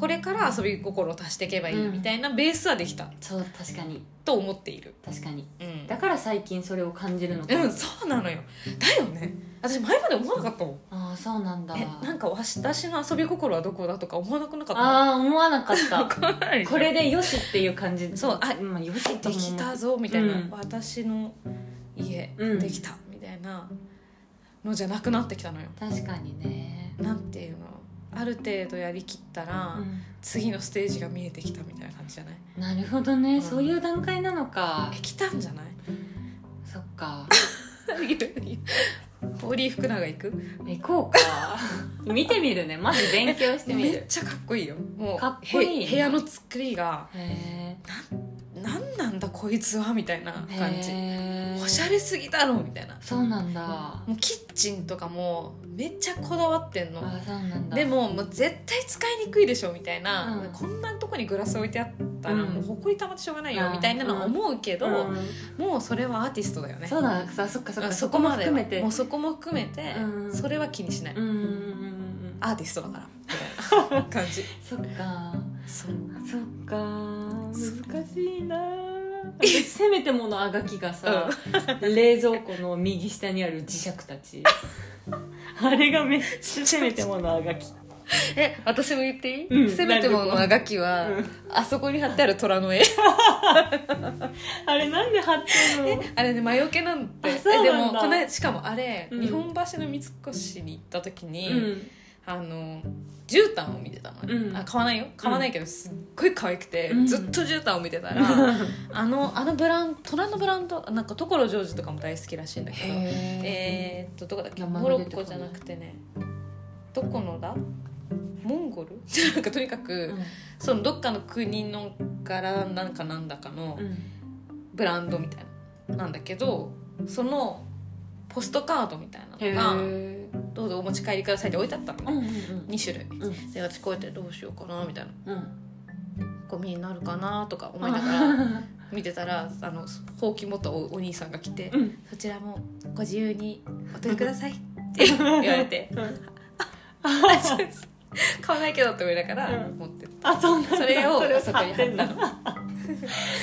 Speaker 1: これから遊び心を足していけばいい
Speaker 2: うん
Speaker 1: みたいなベースはできた
Speaker 2: そう確かに
Speaker 1: と思っている、
Speaker 2: 確かに
Speaker 1: うん
Speaker 2: だから最近それを感じるのか
Speaker 1: うん、そうなのよだよね私前まで思わなかったもん
Speaker 2: ああそうなんだ
Speaker 1: えなんかわし私の遊び心はどこだとか思わなくなかった
Speaker 2: ああ思わなかった
Speaker 1: わかんない
Speaker 2: これでよしっていう感じ
Speaker 1: そうあ
Speaker 2: まあ、よし
Speaker 1: で
Speaker 2: とも
Speaker 1: きたぞみたいな、
Speaker 2: うん
Speaker 1: 私の家、
Speaker 2: うん
Speaker 1: できたみたいなのじゃなくなってきたのよ
Speaker 2: 確かにね
Speaker 1: なんていうのある程度やりきったら、
Speaker 2: うん
Speaker 1: 次のステージが見えてきたみたいな感じじゃない
Speaker 2: なるほどね、
Speaker 1: うん
Speaker 2: そういう段階なのか
Speaker 1: え来たんじゃ ない
Speaker 2: そっか
Speaker 1: ホーリー福永行く
Speaker 2: 行こ うか見てみるねまず勉強してみ
Speaker 1: めっ
Speaker 2: る
Speaker 1: ちゃかっこいいよもう
Speaker 2: かっこいい
Speaker 1: へ部屋の作りが
Speaker 2: へ
Speaker 1: 何なんだこいつはみたいな
Speaker 2: え
Speaker 1: 感じ
Speaker 2: へえ
Speaker 1: おしゃれすぎだろみたいな
Speaker 2: そうなんだ、あ
Speaker 1: もうキッチンとかもめっちゃこだわってんの
Speaker 2: ーそうなんだ
Speaker 1: でももう絶対使いにくいでしょみたいな、
Speaker 2: うん
Speaker 1: こんなとこにグラス置いてあったら
Speaker 2: うん
Speaker 1: もうほこりたまってしょうがないよ
Speaker 2: うん
Speaker 1: みたいなのは思うけど、
Speaker 2: うん
Speaker 1: もうそれはアーティストだよね
Speaker 2: そうださそっかそっ
Speaker 1: う
Speaker 2: か
Speaker 1: んそこまでは
Speaker 2: 含めて
Speaker 1: もうそこも含めて、
Speaker 2: うん
Speaker 1: それは気にしない、
Speaker 2: うんうんうんうん
Speaker 1: アーティストだからみたいな感じ
Speaker 2: そっか
Speaker 1: そう
Speaker 2: そっか難しいな私せめてものあがきがさ、冷蔵庫の右下にある磁石た ちあれがめっちゃせめてものあがき
Speaker 1: え私も言っていい、
Speaker 2: うん
Speaker 1: せめてものあがきは、
Speaker 2: うん
Speaker 1: あそこに貼ってある虎の絵
Speaker 2: あれなんで貼ってんの
Speaker 1: あれね魔除けなんて
Speaker 2: あそうなんだ
Speaker 1: えでもこの間しかもあれ、
Speaker 2: うん
Speaker 1: 日本橋の三越に行った時に、
Speaker 2: うん
Speaker 1: あの絨毯を見てたの、
Speaker 2: うん
Speaker 1: あ買わないよ買わないけど、すっごい可愛くて、
Speaker 2: うん
Speaker 1: ずっと絨毯を見てたら、あのあのブラン虎のブランドなんか所ジョージとかも大好きらしいんだけど
Speaker 2: へ
Speaker 1: え
Speaker 2: え
Speaker 1: ー、っとどこだっけ
Speaker 2: 名前
Speaker 1: モ
Speaker 2: が
Speaker 1: ロ
Speaker 2: 出
Speaker 1: ッ
Speaker 2: てこ
Speaker 1: コ
Speaker 2: ない
Speaker 1: じゃなくてねどこのだモンゴル なんかとにかく、そのどっかの国の柄なんかなんだかのブランドみたいななんだけどそのポストカードみたい
Speaker 2: へえ
Speaker 1: なのが「どうぞお持ち帰りください」って置いてあったの
Speaker 2: う
Speaker 1: ね、
Speaker 2: んうん
Speaker 1: 2種類、
Speaker 2: ん
Speaker 1: で私こうやってどうしようかなみたいな
Speaker 2: うん
Speaker 1: ゴミになるかなとか思いながら
Speaker 2: あ
Speaker 1: 見てたら あのほうき持ったおお兄さんが来て
Speaker 2: ーうん
Speaker 1: 「そちらもご自由にお取りください」って言われて。あそうです買わないけどって思いながら
Speaker 2: うん
Speaker 1: 持ってった、
Speaker 2: あそうなんだ
Speaker 1: それを
Speaker 2: そ貼ってんだ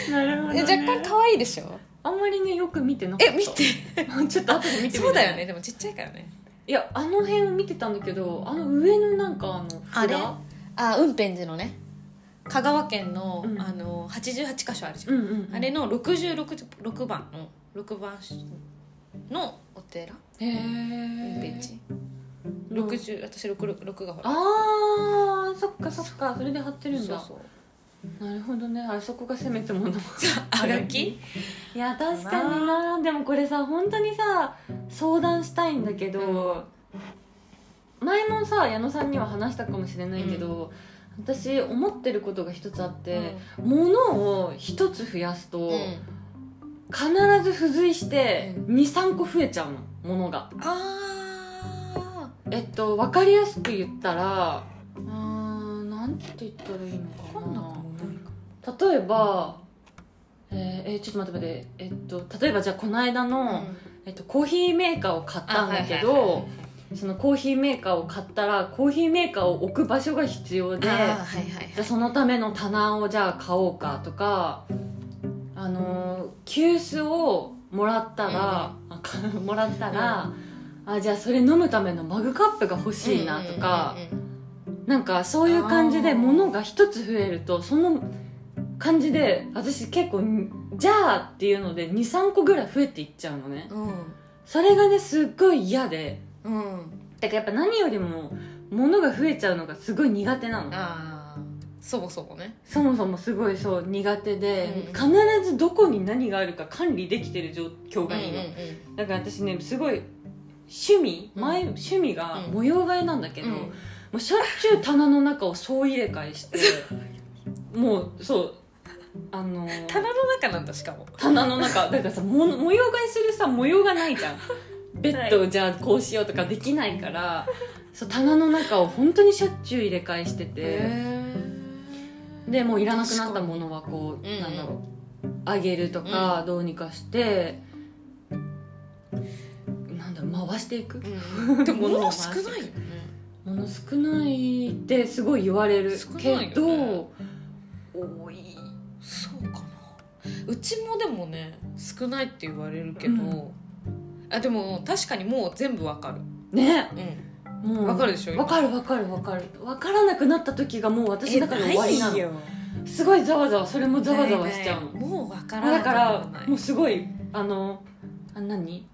Speaker 1: そ
Speaker 2: なるほど、ね、
Speaker 1: え若干可愛いでしょ
Speaker 2: あんまりねよく見てなかっ
Speaker 1: え
Speaker 2: た
Speaker 1: 見て
Speaker 2: ちょっと後で見てみる
Speaker 1: そうだよねでもちっちゃいからね
Speaker 2: いやあの辺見てたんだけどあの上のなんかあの札
Speaker 1: あれあ運転寺のね香川県の,、
Speaker 2: うん
Speaker 1: あの88箇所あるじゃん、
Speaker 2: うんうんうん
Speaker 1: あれの66 6番の6番のお寺
Speaker 2: へえ
Speaker 1: ベンチ60私66がほら
Speaker 2: あーそっかそっかそれで貼ってるんだ
Speaker 1: そう
Speaker 2: なるほどねあそこがせめてもの
Speaker 1: そうあがき
Speaker 2: いや確かになでもこれさ本当にさ相談したいんだけど、前もさ矢野さんには話したかもしれないけど、私思ってることが一つあって、物を一つ増やすと、
Speaker 1: うん
Speaker 2: 必ず付随して23個増えちゃうの物が
Speaker 1: あ
Speaker 2: えっと分かりやすく言ったらうーんなんて言ったらいいの
Speaker 1: ー
Speaker 2: か
Speaker 1: こ
Speaker 2: なん
Speaker 1: なのもないか
Speaker 2: 例えばえーえーちょっと待って待ってえっと例えばじゃあこの間の、えっと、コーヒーメーカーを買ったんだけ
Speaker 1: あはいはいはい
Speaker 2: どそのコーヒーメーカーを買ったらコーヒーメーカーを置く場所が必要で
Speaker 1: あーはいはい
Speaker 2: じゃあそのための棚をじゃあ買おうかとかあのー急須をもらったら、あか もらったら、あじゃあそれ飲むためのマグカップが欲しいなとか、
Speaker 1: うんうん
Speaker 2: なんかそういう感じ
Speaker 1: あ
Speaker 2: で
Speaker 1: ー
Speaker 2: 物が一つ増えるとその感じで私結構じゃあっていうので23個ぐらい増えていっちゃうのね。
Speaker 1: うん
Speaker 2: それがねすっごい嫌で
Speaker 1: うんうん
Speaker 2: だからやっぱ何よりも物が増えちゃうのがすごい苦手なの
Speaker 1: ああそもそもね
Speaker 2: そもそもすごいそう苦手
Speaker 1: う
Speaker 2: で、
Speaker 1: ん
Speaker 2: 必ずどこに何があるか管理できてる状況がいいの、だから私ねすごい趣味
Speaker 1: うん
Speaker 2: 前、趣味が
Speaker 1: うん
Speaker 2: 模様替えなんだけど、
Speaker 1: うん
Speaker 2: もうしょっちゅう棚の中を総入れ替えして もうそうあのー
Speaker 1: 棚の中なんだしかも
Speaker 2: 棚の中だからさも模様替えするさ模様がないじ ゃんベッド
Speaker 1: は
Speaker 2: をじゃあこうしようとかできないからそう棚の中を本当にしょっちゅう入れ替えしてて、でもういらなくなったものはこう、
Speaker 1: うんうん
Speaker 2: なんだろうあげるとか、どうにかしてなんだろう回していく
Speaker 1: うん、でも
Speaker 2: 物
Speaker 1: 物
Speaker 2: を
Speaker 1: 少
Speaker 2: 回す
Speaker 1: ないよね
Speaker 2: もの少ないってすごい言われる
Speaker 1: 少ないよね
Speaker 2: けど多い
Speaker 1: そうかなうちもでもね少ないって言われるけど、
Speaker 2: うん
Speaker 1: あでも確かにもう全部わかる
Speaker 2: ね
Speaker 1: うん
Speaker 2: もう
Speaker 1: わかるでしょ
Speaker 2: わかるわかるわかるわからなくなった時がもう私の中で終わりなの
Speaker 1: えいよ
Speaker 2: すごいざわざわそれもざわざわしちゃうの
Speaker 1: ないないもうわからな
Speaker 2: だ
Speaker 1: く
Speaker 2: か
Speaker 1: なら
Speaker 2: ら
Speaker 1: ない
Speaker 2: もうすごいあのあ何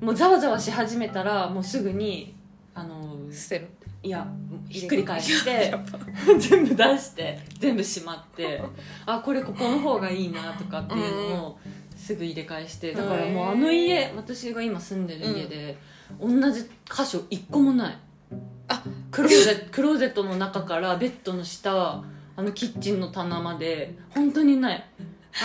Speaker 2: もうざわざわし始めたらもうすぐにあの
Speaker 1: 捨てる
Speaker 2: いやひっくり返 し
Speaker 1: いや
Speaker 2: て
Speaker 1: やっぱ
Speaker 2: 全部出して全部しまってあこれここの方がいいなとかっていうのをすぐ入れ替えしてだからもうあの家私が今住んでる家で、同じ箇所一個もない
Speaker 1: あ
Speaker 2: クローゼ ットクローゼットの中からベッドの下あのキッチンの棚まで本当にない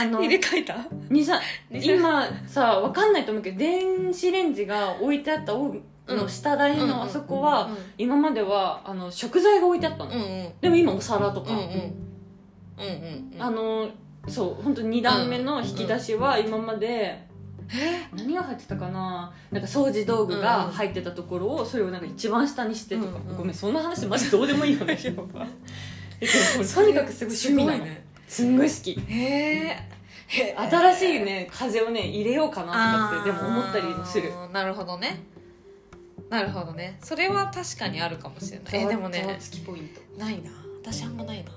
Speaker 2: あの
Speaker 1: 入れ替えた
Speaker 2: にさ
Speaker 1: 入れ替え
Speaker 2: 今さわかんないと思うけど電子レンジが置いてあったおの下台
Speaker 1: うんうん
Speaker 2: のあそこは、今まではあの食材が置いてあったの、
Speaker 1: うんうん
Speaker 2: でも今お皿と
Speaker 1: う
Speaker 2: か、
Speaker 1: んうんうんうんうん
Speaker 2: あのそう本当に2段目の引き出しは今まで、何が入ってたかななんか掃除道具が入ってたところをそれをなんか一番下にしてとか、
Speaker 1: うんうん
Speaker 2: ごめんそんな話マジどうでもいいよねえでもと
Speaker 1: それ
Speaker 2: にかくすごい趣味なの
Speaker 1: すごいね
Speaker 2: すんごい好き
Speaker 1: へえ
Speaker 2: 新しいね風をね入れようかなとかってでも思ったりもする
Speaker 1: あーなるほどねなるほどねそれは確かにあるかもしれないえでも
Speaker 2: ざわ
Speaker 1: ね
Speaker 2: つきポイント
Speaker 1: ないな私あんまないな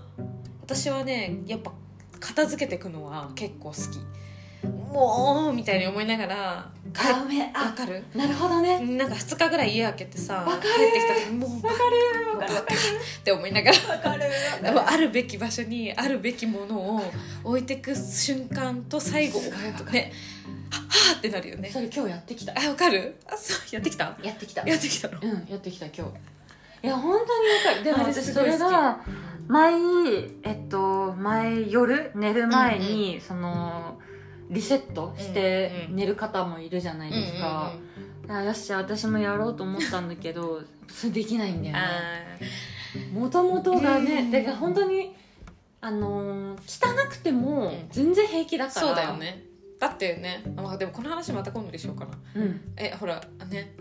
Speaker 1: 私はねやっぱ片付けていくのは結構好きもうみたいに思いながら
Speaker 2: ダメ
Speaker 1: わ
Speaker 2: あ
Speaker 1: かる
Speaker 2: なるほどね
Speaker 1: なんか2日ぐらい家開けてさ
Speaker 2: わかる
Speaker 1: 帰ってきた時もうバ
Speaker 2: わかるわかるわか
Speaker 1: って思いながら
Speaker 2: るわかる
Speaker 1: でもあるべき場所にあるべきものを置いてく瞬間と最後を思うとねははあってなるよね
Speaker 2: それ今日やってきた
Speaker 1: あわかるあそうやってきた
Speaker 2: やってきた
Speaker 1: やってきたの
Speaker 2: うんやってきた今日いや本当にわかるでも
Speaker 1: あれ
Speaker 2: 私
Speaker 1: す
Speaker 2: そ
Speaker 1: ごい好
Speaker 2: れ
Speaker 1: き
Speaker 2: が前えっと前夜寝る前に、そのリセットして
Speaker 1: うんうん
Speaker 2: 寝る方もいるじゃないですか、あよっしゃ私もやろうと思ったんだけどそれできないんだよね
Speaker 1: あ
Speaker 2: もともとがね、
Speaker 1: うん
Speaker 2: だから本当にあのー汚くても
Speaker 1: うん
Speaker 2: 全然平気だ
Speaker 1: ー
Speaker 2: から、
Speaker 1: そうだよねだってねあまあでもこの話また今度でしようかな
Speaker 2: うん
Speaker 1: えほらね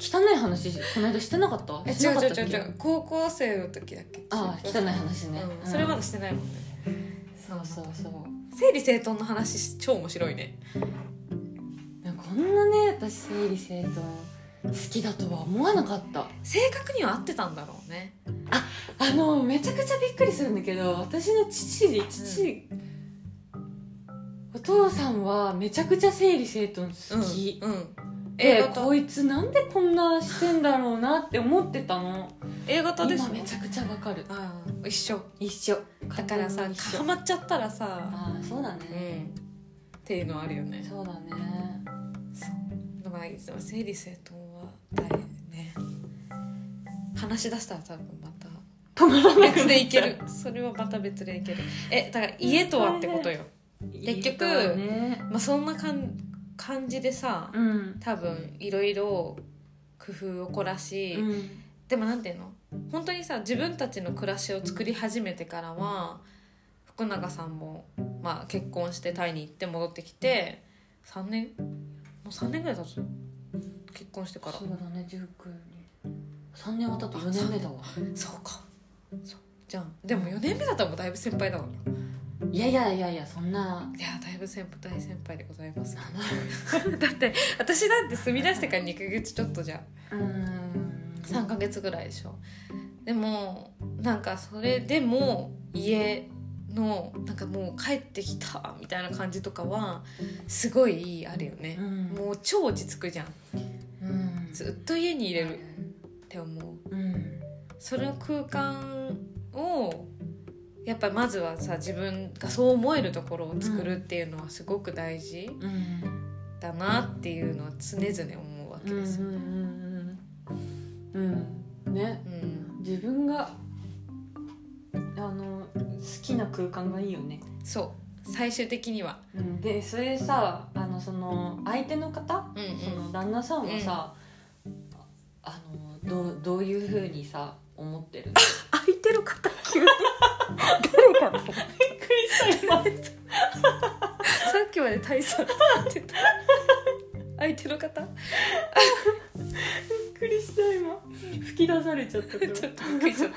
Speaker 2: 汚い話この間してなかった
Speaker 1: え
Speaker 2: して
Speaker 1: 違
Speaker 2: な
Speaker 1: う
Speaker 2: か
Speaker 1: 違
Speaker 2: っ
Speaker 1: う
Speaker 2: た
Speaker 1: 違
Speaker 2: っ
Speaker 1: う
Speaker 2: け
Speaker 1: 違う高校生の時だっけ
Speaker 2: ああ汚い話ね、
Speaker 1: うん
Speaker 2: うん
Speaker 1: それまだしてないもんね
Speaker 2: そうそうそう
Speaker 1: 整理整頓の話超面白いね
Speaker 2: いやこんなね私整理整頓好きだとは思わなかった
Speaker 1: 正確には合ってたんだろうね
Speaker 2: あのめちゃくちゃびっくりするんだけど私の父父、お父さんはめちゃくちゃ整理整頓好き、
Speaker 1: うんうん
Speaker 2: で
Speaker 1: A 型
Speaker 2: こいつなんでこんなしてんだろうなって思ってたの
Speaker 1: A 型です
Speaker 2: 今めちゃくちゃわかる
Speaker 1: ああ一緒
Speaker 2: 一緒
Speaker 1: だからさ
Speaker 2: 完全に一緒
Speaker 1: ハマっちゃったらさ
Speaker 2: ああそうだね
Speaker 1: う、んっていうのあるよね
Speaker 2: そうだね
Speaker 1: そうまあ整理整頓は大変ね話し出したら多分ま た
Speaker 2: 止まらなくなっちゃう
Speaker 1: 別でいけるそれはまた別でいけるえだから家とはってことよ、結局
Speaker 2: いい人だね
Speaker 1: まあ、そんなかん感じでさ
Speaker 2: うん
Speaker 1: 多分いろいろ工夫を凝らし、
Speaker 2: うん
Speaker 1: でもなんていうの本当にさ自分たちの暮らしを作り始めてからは福永さんも、まあ、結婚してタイに行って戻ってきて3年もう3年ぐらい経つ結婚してから
Speaker 2: そうだね19に3年終わったと4年目だわ
Speaker 1: そうかそうじゃんでも4年目だったらもうだいぶ先輩だもんい
Speaker 2: いやいやいやいやそんな
Speaker 1: やだいぶ先輩大先輩でございます だって私だって住み出してから2ヶ月ちょっとじゃん
Speaker 2: うーん
Speaker 1: 3ヶ月ぐらいでしょでもなんかそれでも家のなんかもう帰ってきたみたいな感じとかはすごいあるよね
Speaker 2: う、ん
Speaker 1: もう超落ち着くじゃん
Speaker 2: うん
Speaker 1: ずっと家に入れる
Speaker 2: る
Speaker 1: って思う
Speaker 2: うん
Speaker 1: その空間をやっぱまずはさ自分がそう思えるところを作るっていうのはすごく大事
Speaker 2: うん
Speaker 1: だなっていうのは常々思うわ
Speaker 2: う
Speaker 1: け
Speaker 2: ん
Speaker 1: ですよ、
Speaker 2: うんうんね
Speaker 1: うん
Speaker 2: 自分があの好きな空間がいいよね、
Speaker 1: そう最終的には、
Speaker 2: うん、でそれさあのその相手の方
Speaker 1: うんうん
Speaker 2: その旦那さんはさ、あのどうどういうふうにさ思ってる
Speaker 1: 空いてる方急に誰かなさ
Speaker 2: びっくりした今
Speaker 1: っきまで大佐って言ってた空いてる方
Speaker 2: びっくりした今吹き出されちゃったか ら
Speaker 1: ちょっとびっくりしちゃっ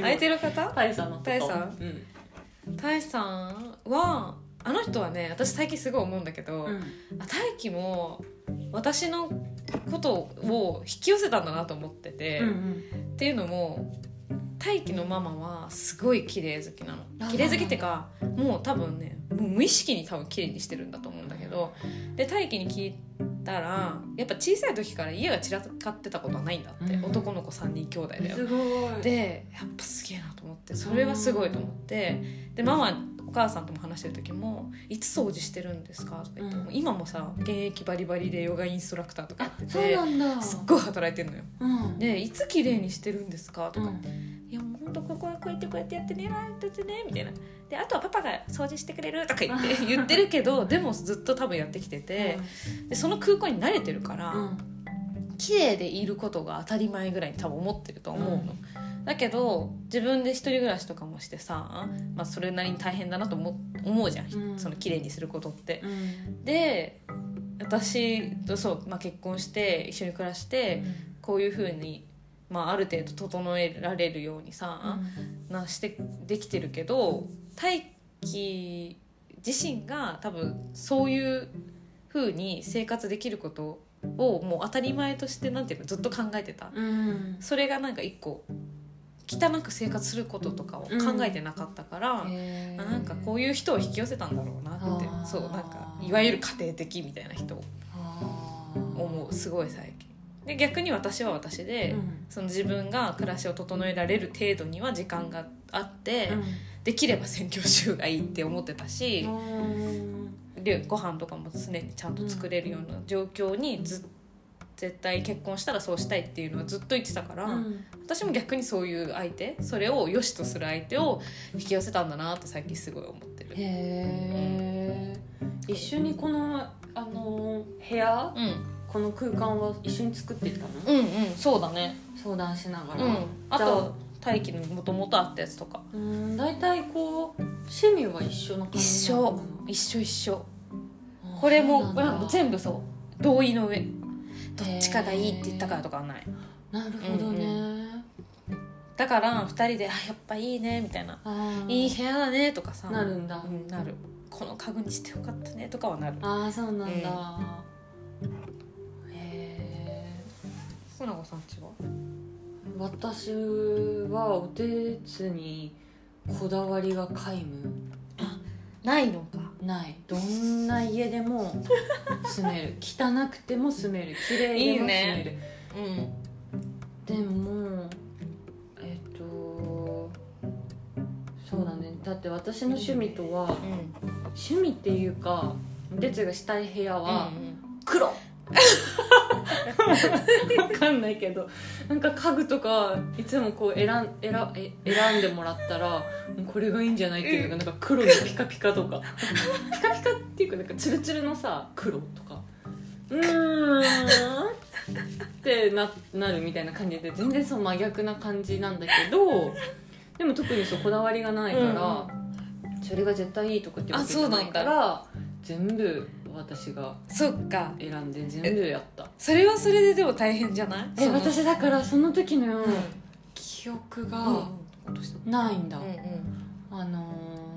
Speaker 1: 空いてる方
Speaker 2: 大佐のこと
Speaker 1: 大佐
Speaker 2: うん
Speaker 1: 大佐はあの人はね私最近すごい思うんだけど、
Speaker 2: うん
Speaker 1: あ大輝も私のことを引き寄せたんだなと思ってて、
Speaker 2: うんう
Speaker 1: っ
Speaker 2: ん
Speaker 1: ていうのも大輝のママはすごい綺麗好きな
Speaker 2: あ
Speaker 1: の綺麗好きっていうかもう多分ねもう無意識に多分綺麗にしてるんだと思うんだけどで大輝に聞いたらやっぱ小さい時から家が散らかってたことはないんだって、
Speaker 2: うん
Speaker 1: 男の子3人兄弟だよ
Speaker 2: すごい
Speaker 1: でやっぱすげえなと思ってそれはすごいと思ってでママお母さんとも話してる時も「いつ掃除してるんですか?」とか言って、
Speaker 2: うん
Speaker 1: 今もさ現役バリバリでヨガインストラクターとかや
Speaker 2: あ
Speaker 1: って
Speaker 2: そう
Speaker 1: て
Speaker 2: なんだ
Speaker 1: すっごい働いてるのよ。
Speaker 2: うん
Speaker 1: で「いつ綺麗にしてるんですか?」と
Speaker 2: う
Speaker 1: か、
Speaker 2: ん
Speaker 1: いやもうほんとここはこうやってこうやってやってねああやってやってね」みたいな「であとはパパが掃除してくれる」とか言って言ってるけどでもずっと多分やってきてて、でその空港に慣れてるから、
Speaker 2: うん
Speaker 1: 綺麗でいることが当たり前ぐらいに多分思ってると思うの、だけど自分で一人暮らしとかもしてさ、まあ、それなりに大変だなと思思うじゃん、
Speaker 2: うん
Speaker 1: その綺麗にすることって
Speaker 2: う。ん
Speaker 1: で私とそう、まあ、結婚して一緒に暮らしてこういうふうに、まあ、ある程度整えられるようにさ、なしてできてるけど大輝自身が多分そういう風に生活できることをもう当たり前としてなんていうのずっと考えてた
Speaker 2: うん
Speaker 1: それがなんか一個汚く生活することとかを考えてなかったから、
Speaker 2: へー
Speaker 1: あなんかこういう人を引き寄せたんだろうなって
Speaker 2: あー
Speaker 1: そうなんかいわゆる家庭的みたいな人を
Speaker 2: あー
Speaker 1: 思うすごい最近。で逆に私は私で、
Speaker 2: うん
Speaker 1: その自分が暮らしを整えられる程度には時間があって、できれば専業主婦がいいって思ってたし、
Speaker 2: うん
Speaker 1: でご飯とかも常にちゃんと作れるような状況にずっ絶対結婚したらそうしたいっていうのはずっと言ってたから、
Speaker 2: うん
Speaker 1: 私も逆にそういう相手それを良しとする相手を引き寄せたんだなって最近すごい思ってる。
Speaker 2: へえ一緒にこのあの部屋
Speaker 1: うん、
Speaker 2: この空間は一緒に作っていったの、
Speaker 1: うんうんそうだね、
Speaker 2: 相談しなが
Speaker 1: う
Speaker 2: ら、
Speaker 1: ん、あ
Speaker 2: じゃ
Speaker 1: と大輝のもともとあったやつとか
Speaker 2: うん大体こう趣味は一緒の感
Speaker 1: 一
Speaker 2: じなの
Speaker 1: 緒
Speaker 2: かな
Speaker 1: 一緒一緒
Speaker 2: あ
Speaker 1: これも
Speaker 2: そうなんだ
Speaker 1: 全部そう同意の上どっちかがいいって言ったからとかはない
Speaker 2: なるほどね、
Speaker 1: だから2人で「あやっぱいいね」みたいな
Speaker 2: あ
Speaker 1: 「
Speaker 2: ー
Speaker 1: いい部屋だね」とかさ
Speaker 2: なるんだ、
Speaker 1: うんなるこの家具にしてよかったねとかはなる
Speaker 2: ああそうなんだ、へ
Speaker 1: 福永さんちは
Speaker 2: え私はお手つにこだわりが皆無
Speaker 1: ないのか
Speaker 2: ないどんな家でも住め る汚くても住める綺麗でも住める
Speaker 1: うん
Speaker 2: でもえっとそうだねだって私の趣味とは
Speaker 1: うん
Speaker 2: 趣味っていうか哲がしたい部屋は
Speaker 1: うん
Speaker 2: 黒 わかんないけどなんか家具とかいつもこう選ん選え選んでもらったらもうこれがいいんじゃないっていうかなんか黒のピカピカとかピカピカっていうかなんかツルツルのさ黒とかうーんってななるみたいな感じで全然そう真逆な感じなんだけどでも特にそうこだわりがないから、それが絶対いいとかってわけじゃないから全部私が
Speaker 1: そっか
Speaker 2: 選んで全部やった
Speaker 1: それはそれででも大変じゃない
Speaker 2: え
Speaker 1: その
Speaker 2: 私だからその時の
Speaker 1: うん
Speaker 2: 記憶
Speaker 1: うん
Speaker 2: が
Speaker 1: 落とした
Speaker 2: ないんだ、
Speaker 1: うんうん
Speaker 2: あの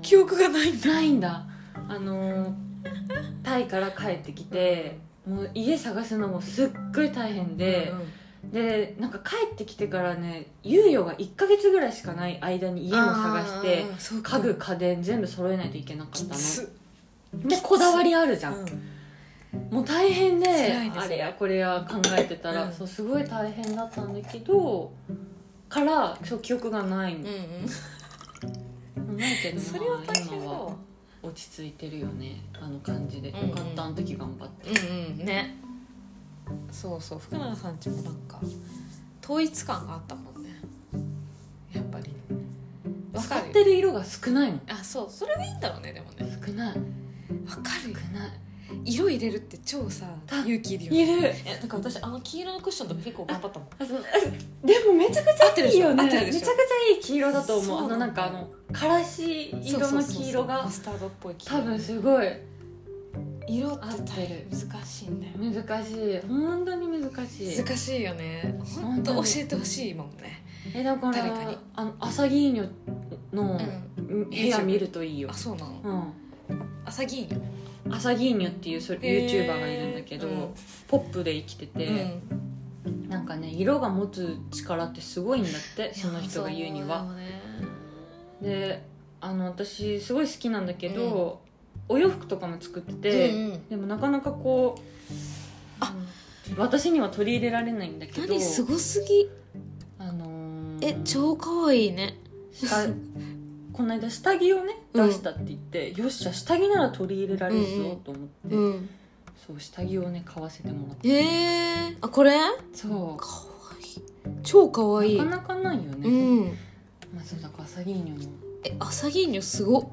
Speaker 2: ー、
Speaker 1: 記憶がないんだ
Speaker 2: ないんだあのー、タイから帰ってきてもう家探すのもすっごい大変で、でなんか帰ってきてからね猶予が1ヶ月ぐらいしかない間に家も探して家具家電全部揃えないといけなかった
Speaker 1: き
Speaker 2: の
Speaker 1: つ
Speaker 2: でこだわりあるじゃん
Speaker 1: うん
Speaker 2: もう大変で
Speaker 1: 辛いです
Speaker 2: あれやこれや考えてたら、
Speaker 1: うん
Speaker 2: そうすごい大変だったんだけどからそう記憶がないん
Speaker 1: う
Speaker 2: だ、
Speaker 1: んう
Speaker 2: ないけど
Speaker 1: ん
Speaker 2: な
Speaker 1: それは大変
Speaker 2: 今
Speaker 1: だ
Speaker 2: は
Speaker 1: わ
Speaker 2: 落ち着いてるよねあの感じで、
Speaker 1: うんうん
Speaker 2: よかったあの時頑張って
Speaker 1: うんうんねそうそう福永さんちもなんか統一感があったもんねやっぱりわ
Speaker 2: 使
Speaker 1: か
Speaker 2: っ
Speaker 1: るよ
Speaker 2: てる色が少ないもん
Speaker 1: あそうそれがいいんだろうねでもね
Speaker 2: 少な
Speaker 1: わ
Speaker 2: い
Speaker 1: かるよ
Speaker 2: 少ない
Speaker 1: 色入れるって超さ
Speaker 2: た
Speaker 1: 勇気いるよね
Speaker 2: いる
Speaker 1: えなんか私あの黄色のクッションとか結構頑張ったもん
Speaker 2: あそのあでもめちゃくちゃいいよね
Speaker 1: 合って
Speaker 2: めちゃ
Speaker 1: る
Speaker 2: く
Speaker 1: で
Speaker 2: ち
Speaker 1: し
Speaker 2: ゃ
Speaker 1: ょ
Speaker 2: いい黄色だと思う
Speaker 1: そう
Speaker 2: あ
Speaker 1: な
Speaker 2: の
Speaker 1: んだ
Speaker 2: なんかあのからし色の黄色が
Speaker 1: そうそうそうそうマスタードっぽい黄色
Speaker 2: 多分すごい
Speaker 1: 色って
Speaker 2: 合ってる
Speaker 1: 難しいんだよ
Speaker 2: 難しい本当に難しい
Speaker 1: 難しいよね本当教
Speaker 2: 本当に
Speaker 1: えてほしいもんね
Speaker 2: えだから
Speaker 1: 誰かに
Speaker 2: あの朝ギーニョの
Speaker 1: うん
Speaker 2: 部屋見るといいよ
Speaker 1: あ、そうなの
Speaker 2: う
Speaker 1: 朝銀
Speaker 2: ん、朝ギーニョっていうそれ
Speaker 1: へー
Speaker 2: YouTuber がいるんだけど、
Speaker 1: うん
Speaker 2: ポップで生きてて、なんかね色が持つ力ってすごいんだってその人が言うには。であの私すごい好きなんだけど、お洋服とかも作ってて、
Speaker 1: で
Speaker 2: でもなかなかこう
Speaker 1: あ
Speaker 2: うん私には取り入れられないんだけど
Speaker 1: 何すごすぎ
Speaker 2: あのー
Speaker 1: え超可愛いね
Speaker 2: 下 この間下着をね
Speaker 1: うん
Speaker 2: 出したって言って、よっしゃ下着なら取り入れられるぞと思って、
Speaker 1: うん
Speaker 2: そう下着をね買わせてもらって
Speaker 1: えー、あこれ
Speaker 2: そ
Speaker 1: 可愛い超可
Speaker 2: う
Speaker 1: 愛い
Speaker 2: なかなかないよね、
Speaker 1: うん
Speaker 2: まあ、そうだから朝ギーニョの
Speaker 1: え朝銀魚すごっ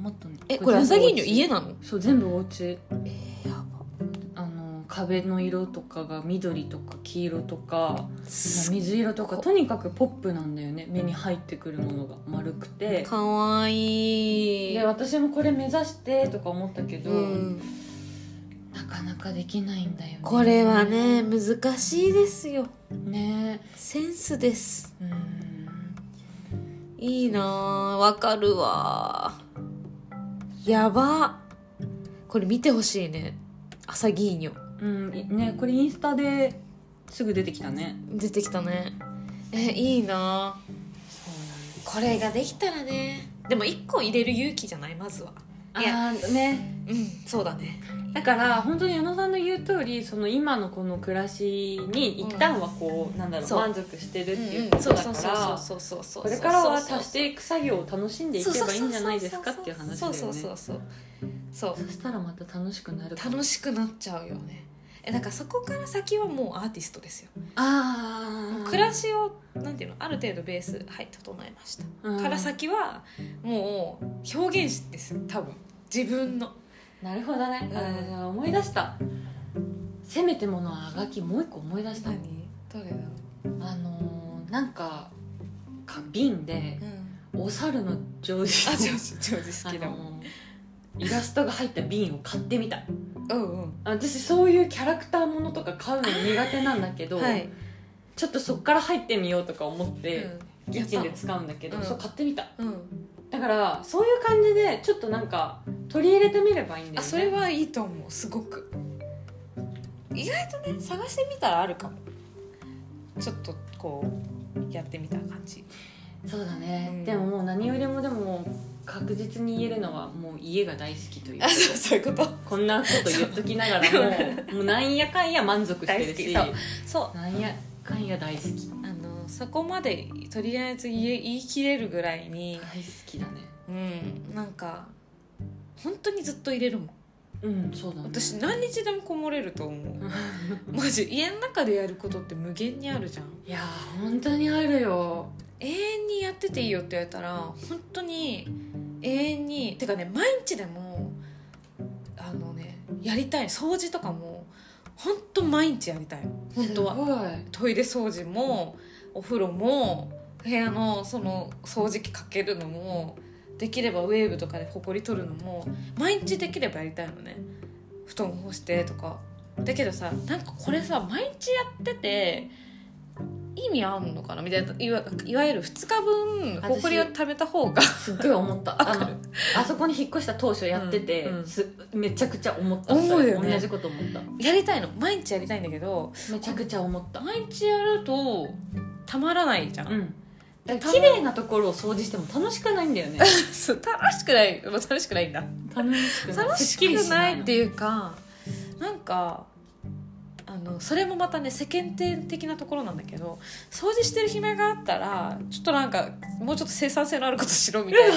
Speaker 2: もっとね
Speaker 1: えこれ朝銀魚家な
Speaker 2: の
Speaker 1: の
Speaker 2: そう全部お家
Speaker 1: えー、やば
Speaker 2: あの壁の色とかが緑とか黄色とかまあ
Speaker 1: すっ
Speaker 2: 水色とかとにかくポップなんだよね目に入ってくるものが丸くて
Speaker 1: 可愛い
Speaker 2: で私もこれ目指してとか思ったけど、
Speaker 1: うん
Speaker 2: なかなかできないんだよね
Speaker 1: これはね難しいですよ
Speaker 2: ね
Speaker 1: センスです
Speaker 2: えうん
Speaker 1: いいなあわかるわやばこれ見てほしいね朝ギーニョ
Speaker 2: うんいねこれインスタですぐ出てきたね
Speaker 1: 出てきたねえいいなあこれができたらねでも1個入れる勇気じゃないまずは
Speaker 2: あーね
Speaker 1: うんそうだね
Speaker 2: だから本当に矢野さんの言う通りその今のこの暮らしに一旦はこう、なんだろう
Speaker 1: そう
Speaker 2: 満足してるっていうこ
Speaker 1: そ
Speaker 2: と
Speaker 1: う
Speaker 2: だ
Speaker 1: そう
Speaker 2: か
Speaker 1: そうそうそうそ
Speaker 2: ら
Speaker 1: うそう
Speaker 2: これからは足していく作業を楽しんでいけばいいんじゃないですかっていう話だよね
Speaker 1: そうそうそうそうそう
Speaker 2: そしたらまた楽しくなるかも
Speaker 1: 楽しくなっちゃうよねえだからそこから先はもうアーティストですよ
Speaker 2: ああ
Speaker 1: 暮らしをなんていうのある程度ベースはい整えました、から先はもう表現です多分自分の
Speaker 2: なるほどね、あーじゃあ思い出したせめてものはあがきもう一個思い出した
Speaker 1: 何どれだろ
Speaker 2: あのーなんかか瓶で
Speaker 1: う、うん、
Speaker 2: お猿のジョージ
Speaker 1: あジョ
Speaker 2: の
Speaker 1: ージジョージ好きだ
Speaker 2: あ
Speaker 1: もん
Speaker 2: のーイラストが入った瓶を買ってみた
Speaker 1: うん
Speaker 2: あ私そういうキャラクターものとか買うの苦手なんだけ
Speaker 1: う
Speaker 2: ど、
Speaker 1: んはい、
Speaker 2: ちょっとそっから入ってみようとか思って、
Speaker 1: うん
Speaker 2: キッチンで使うんだけど、
Speaker 1: うん
Speaker 2: そう買ってみた
Speaker 1: うん、
Speaker 2: だからそういう感じでちょっとなんか取り入れてみればいいんだよね
Speaker 1: あそれはいいと思うすごく意外とね探してみたらあるかもちょっとこうやってみた感じ
Speaker 2: そうだね、
Speaker 1: うん
Speaker 2: でももう何よりもでも確実に言えるのはもう家が大好き という
Speaker 1: あそうそういうこと
Speaker 2: こんなこと言っときながらももうなんやかんや満足してるし
Speaker 1: 大好きそう
Speaker 2: なんやかんや大好き
Speaker 1: あのそこまでとりあえず言え言い切れるぐらい
Speaker 2: 大
Speaker 1: に
Speaker 2: 好きだね
Speaker 1: うんなんか本当にずっと入れるもん
Speaker 2: うんそうだね
Speaker 1: 私何日でもこもれると思うマジ家の中でやることって無限にあるじゃん
Speaker 2: いやー本当にあるよ
Speaker 1: 永遠にやってていいよって言われたら本当に永遠にてかね毎日でもあのねやりたい掃除とかも本当毎日やりたいの本当は
Speaker 2: すごい
Speaker 1: トイレ掃除もお風呂も部屋のその掃除機かけるのもできればウェーブとかでほこり取るのも毎日できればやりたいのね布団干してとかだけどさなんかこれさ毎日やってて意味あんのかなみたいないわいわゆる2日分ほこりを溜めた方が
Speaker 2: すっごい思ったあのあそこに引っ越した当初やってて、
Speaker 1: うんうん
Speaker 2: すめちゃくちゃ思った
Speaker 1: 思うよね
Speaker 2: 同じこと思った
Speaker 1: やりたいの毎日やりたいんだけど
Speaker 2: めちゃくちゃ思った
Speaker 1: 毎日やるとたまらないじゃん
Speaker 2: うんだから綺麗なところを掃除しても楽しくないんだよね
Speaker 1: そう楽しくないもう楽しくないんだ
Speaker 2: 楽しくない
Speaker 1: 楽
Speaker 2: す
Speaker 1: し
Speaker 2: っきり
Speaker 1: くないってい
Speaker 2: う
Speaker 1: うかなんかあのそれもまたね世間体的なところなんだけど掃除してる暇があったらちょっとなんかもうちょっと生産性のあることしろみたい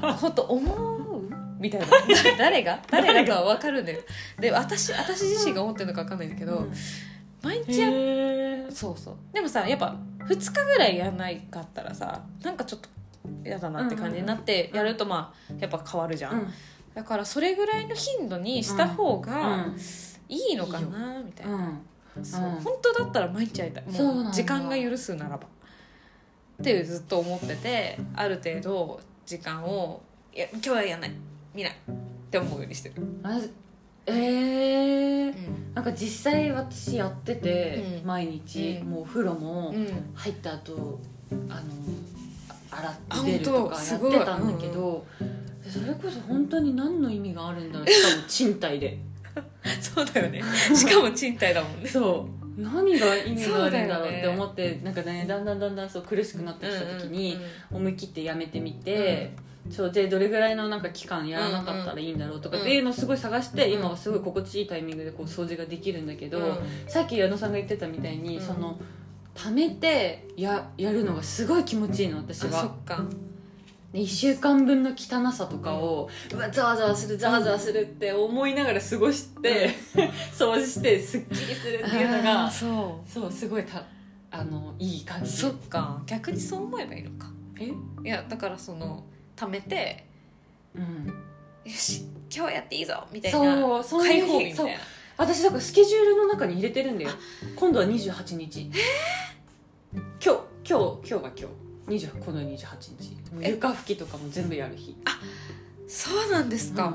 Speaker 1: なこと思うみたいな 誰が誰がかは分かるんだよで私私自身が思ってるのか分かんないんだけど、
Speaker 2: ん
Speaker 1: 毎日やっ
Speaker 2: へー
Speaker 1: そうそうでもさやっぱ2日ぐらいやらないかったらさなんかちょっと嫌だなって感じになってやるとまあやっぱ変わるじゃ
Speaker 2: うん
Speaker 1: ん、だからそれぐらいの頻度にした方が
Speaker 2: うん
Speaker 1: いいのかなみたいな、
Speaker 2: うん
Speaker 1: そう
Speaker 2: うん
Speaker 1: 本当だったら毎日会いたい
Speaker 2: そうな
Speaker 1: も
Speaker 2: んだ
Speaker 1: う時間が許すならばっていうずっと思っててある程度時間をいや今日はやんない見ないって思うようにしてる、
Speaker 2: あえ
Speaker 1: う
Speaker 2: ー、
Speaker 1: ん
Speaker 2: なんか実際私やってて、
Speaker 1: うん
Speaker 2: 毎日、
Speaker 1: うん
Speaker 2: もうお風呂も、
Speaker 1: うん、
Speaker 2: 入った後あのあ
Speaker 1: あ
Speaker 2: 洗ってると
Speaker 1: 本当
Speaker 2: かや
Speaker 1: す
Speaker 2: っ
Speaker 1: ごい
Speaker 2: てたんだけど、それこそ本当に何の意味があるんだろうしかも賃貸で
Speaker 1: そうだよねしかも賃貸だもんね
Speaker 2: そう何が意味があるんだろうっ
Speaker 1: そうだ
Speaker 2: て
Speaker 1: よね
Speaker 2: 思って、なんかねだんだんだんだんそう苦しくなってきた時に、思い切ってやめてみて、そうでどれぐらいのなんか期間やらなかったらいいんだろうとかっていうのをすごい探して、
Speaker 1: うん
Speaker 2: 今はすごい心地いいタイミングでこう掃除ができるんだけ
Speaker 1: う
Speaker 2: ど、
Speaker 1: んうんうん
Speaker 2: さっき矢野さんが言ってたみたいに、
Speaker 1: うん
Speaker 2: その貯めてややるのがすごい気持ちいいの私
Speaker 1: あそ
Speaker 2: は。
Speaker 1: っか
Speaker 2: で1週間分の汚さとかをうわざわざわするざわざわするって思いながら過ごして、 掃除してすっきりするっていうの
Speaker 1: あー
Speaker 2: が
Speaker 1: そ
Speaker 2: そうすごいたあのいい感
Speaker 1: う
Speaker 2: じ
Speaker 1: そっか逆にそう思えばいいのか
Speaker 2: え
Speaker 1: いやだからその貯めて
Speaker 2: うん
Speaker 1: よし今日やっていいぞみたいな
Speaker 2: そうそう
Speaker 1: 開
Speaker 2: いう
Speaker 1: 放
Speaker 2: 日
Speaker 1: 日みたいな
Speaker 2: 私だからスケジュールの中に入れてるんだよ今度は28日今日今日今日が今日20今度は28日もう
Speaker 1: え
Speaker 2: 床拭きとかも全部やる日
Speaker 1: そうなんですか、
Speaker 2: うん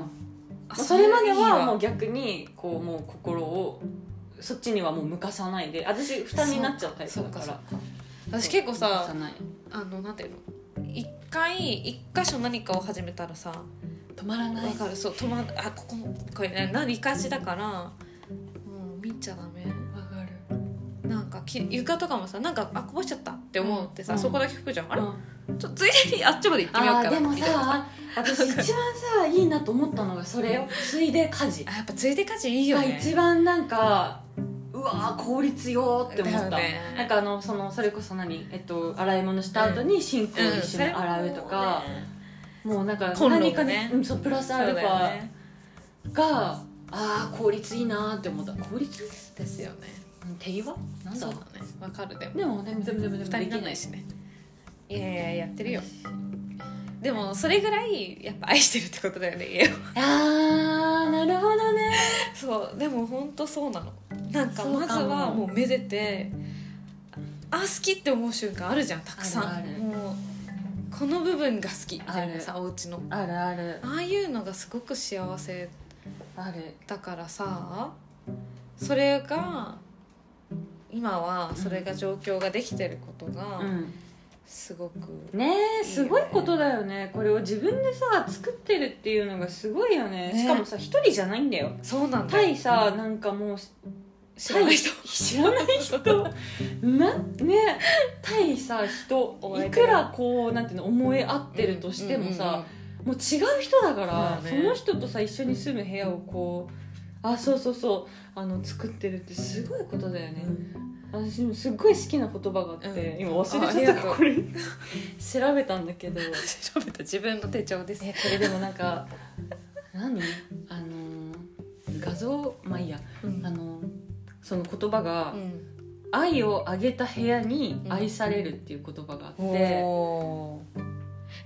Speaker 1: あ
Speaker 2: まあそれまではもう
Speaker 1: う
Speaker 2: 逆にこうもう心をそっちにはもう向かさないで私負担になっちゃうタイプ
Speaker 1: そ
Speaker 2: だ
Speaker 1: うか
Speaker 2: か
Speaker 1: そう
Speaker 2: ら
Speaker 1: か私結構
Speaker 2: 向か
Speaker 1: さ
Speaker 2: ない
Speaker 1: あのなんていうの一回一箇所何かを始めたらさ
Speaker 2: 止まらない
Speaker 1: わかるそう止まあこここれねなりかちだからもう見ちゃダメ
Speaker 2: わかる
Speaker 1: なんかき床とかもさなんかあこぼしちゃったって思ってさ、
Speaker 2: うん
Speaker 1: そこだけ拭くじゃんあれ、
Speaker 2: うん
Speaker 1: ちょっとついでにあっちまで行ってみよう
Speaker 2: あ
Speaker 1: かな
Speaker 2: ーでも
Speaker 1: みたいな
Speaker 2: さ私一番さいいなと思ったのがそれよついで家事
Speaker 1: あやっぱついで家事いいよ
Speaker 2: が
Speaker 1: ね
Speaker 2: 一番なんかうわー効率よーって思っ
Speaker 1: だ
Speaker 2: た、
Speaker 1: よね
Speaker 2: なんかあのそのそれこそ何、えっと、洗い物した後にシンクを一緒に洗うとか、もうなんか
Speaker 1: コンロもね
Speaker 2: 何かねうんそうプラスア
Speaker 1: そう
Speaker 2: ルフ
Speaker 1: だよ
Speaker 2: ァ
Speaker 1: ね
Speaker 2: があー効率いいなーって思った効率
Speaker 1: ですよね
Speaker 2: うん手際なんだ
Speaker 1: そう
Speaker 2: ろ
Speaker 1: だねわかるでも
Speaker 2: うでもでもでもでもでも
Speaker 1: 負担にならないしねいやいややってるよでもそれぐらいやっぱ愛してるってことだよね家を
Speaker 2: あーなるほどね
Speaker 1: そうでも本当そうなのなんか
Speaker 2: そう
Speaker 1: ま
Speaker 2: か
Speaker 1: ず
Speaker 2: も
Speaker 1: はもうめでてあ好きって思う瞬間あるじゃんたくさん
Speaker 2: あるある
Speaker 1: もうこの部分が好きみたいなさお家の
Speaker 2: あるある
Speaker 1: ああいうのがすごく幸せ
Speaker 2: ある
Speaker 1: だからさそれが今はそれが状況ができてることが
Speaker 2: うん
Speaker 1: すごく、
Speaker 2: ねえすごいことだよねこれを自分でさ作ってるっていうのがすごいよね
Speaker 1: ね
Speaker 2: しかもさ一人じゃないんだよ
Speaker 1: そうなんだよ
Speaker 2: 対さなんかもう
Speaker 1: 知らない人
Speaker 2: 知らない人なね対さ人
Speaker 1: お相
Speaker 2: い
Speaker 1: 手が
Speaker 2: くらこうなんていうの思い合ってるとしてもさ、
Speaker 1: うんうんうん
Speaker 2: もう違う人だから
Speaker 1: まあ、ね
Speaker 2: その人とさ一緒に住む部屋をこうあそうそうそうあの作ってるってすごいことだよね、私もすっごい好きな言葉があって、
Speaker 1: うん
Speaker 2: 今忘れ
Speaker 1: ああり
Speaker 2: ち
Speaker 1: が
Speaker 2: ゃった
Speaker 1: とう
Speaker 2: これ調べたんだけど
Speaker 1: 調べた自分の手帳です
Speaker 2: えこれでもなんか何あのー画像まあいいや
Speaker 1: うん
Speaker 2: あのーその言葉が
Speaker 1: うん
Speaker 2: 「愛をあげた部屋に愛される」っていう言葉があって、
Speaker 1: おー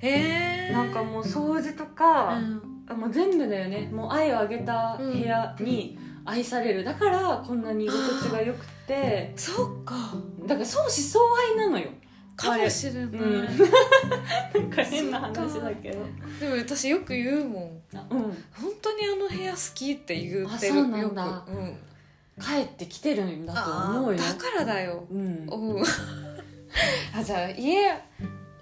Speaker 1: へえ
Speaker 2: なんかもう掃除とか、
Speaker 1: うん
Speaker 2: あもう全部だよねもう愛をあげた部屋に愛されるだからこんなに居心地が良くて
Speaker 1: そうか
Speaker 2: だから相思相愛なのよ
Speaker 1: かもしれない、
Speaker 2: うんなんか変な話だけど
Speaker 1: でも私よく言うもん
Speaker 2: あうん
Speaker 1: 本当にあの部屋好きって言っ
Speaker 2: あ
Speaker 1: て
Speaker 2: そ
Speaker 1: る
Speaker 2: うな
Speaker 1: よ
Speaker 2: ん
Speaker 1: く
Speaker 2: だ
Speaker 1: うん
Speaker 2: 帰ってきてるんだと
Speaker 1: あ
Speaker 2: 思うよ
Speaker 1: だからだよ
Speaker 2: うん
Speaker 1: おうあじゃあ家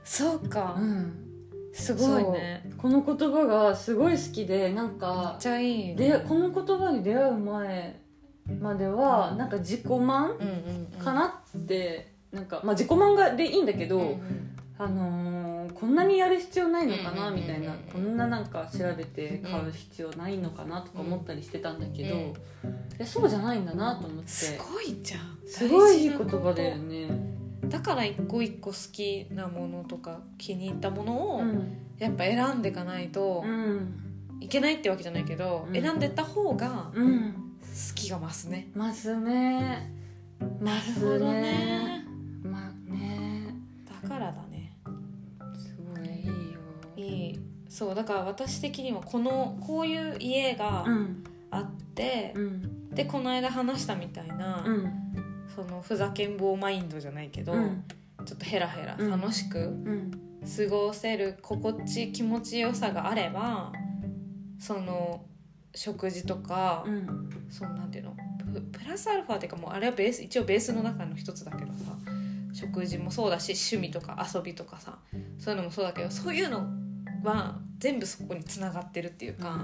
Speaker 1: そうか、
Speaker 2: うん
Speaker 1: す
Speaker 2: ご
Speaker 1: ご
Speaker 2: い
Speaker 1: いねめっ
Speaker 2: この言葉がすごい好きでなんか
Speaker 1: ちゃいいね
Speaker 2: でこの言葉に出会う前まではなんか自己満
Speaker 1: うんうんうん
Speaker 2: かなってなんか、まあ、自己満がでいいんだけど、
Speaker 1: うんうん
Speaker 2: あのーこんなにやる必要ないのかな
Speaker 1: うんうんうんうん
Speaker 2: みたいなこんななんか調べて買う必要ないのかなとか思ったりしてたんだけど、
Speaker 1: うん
Speaker 2: いやそうじゃないんだなと思って
Speaker 1: す
Speaker 2: す
Speaker 1: ごいじゃん
Speaker 2: ごいい
Speaker 1: 大事
Speaker 2: い言
Speaker 1: なこ
Speaker 2: 葉
Speaker 1: と
Speaker 2: だよね。
Speaker 1: だから一個一個好きなものとか気に入ったものを
Speaker 2: うん
Speaker 1: やっぱ選んでいかないと
Speaker 2: うん
Speaker 1: いけないってわけじゃないけど、
Speaker 2: うん
Speaker 1: 選んでった方が
Speaker 2: うん、
Speaker 1: 好きが増すね。
Speaker 2: ますねます
Speaker 1: なるほど
Speaker 2: ね
Speaker 1: ね。
Speaker 2: まあね
Speaker 1: だからだね。
Speaker 2: すごいいいよ
Speaker 1: いい。そうだから私的にはこのこういう家が
Speaker 2: うん
Speaker 1: あって
Speaker 2: う、ん
Speaker 1: でこの間話したみたいな、
Speaker 2: うん
Speaker 1: そのふざけん坊マインドじゃないけど、
Speaker 2: うん
Speaker 1: ちょっとヘラヘラ
Speaker 2: うん
Speaker 1: 楽しく
Speaker 2: うん
Speaker 1: 過ごせる心地気持ちよさがあればその食事とか、
Speaker 2: うん
Speaker 1: そのなんていうのププラスアルファっていうかもうあれはベース一応ベースの中の一つだけどさ食事もそうだし趣味とか遊びとかさそういうのもそうだけどそういうのは全部そこにつながってるっていうか、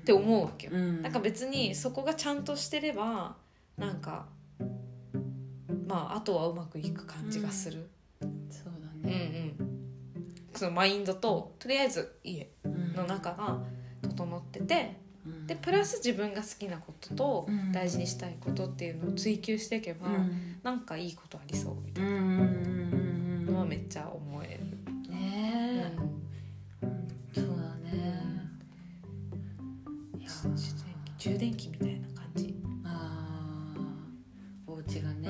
Speaker 1: って思うわけよ。
Speaker 2: うん
Speaker 1: なんか別にそこがちゃんとしてればなんかまああとはうまくいく感じがする、
Speaker 2: そう
Speaker 1: う
Speaker 2: だ
Speaker 1: ん、うん
Speaker 2: ね
Speaker 1: そのマインドととりあえず家
Speaker 2: うん
Speaker 1: の中が整ってて
Speaker 2: うん
Speaker 1: でプラス自分が好きなことと
Speaker 2: うん
Speaker 1: 大事にしたいことっていうのを追求していけば、
Speaker 2: うん
Speaker 1: なんかいいことありそうみた
Speaker 2: う
Speaker 1: い
Speaker 2: んうん
Speaker 1: なのはめっちゃ思える、うん
Speaker 2: ねえそうだねいや
Speaker 1: 充電器充電器みたいな感じ、
Speaker 2: あーお家がね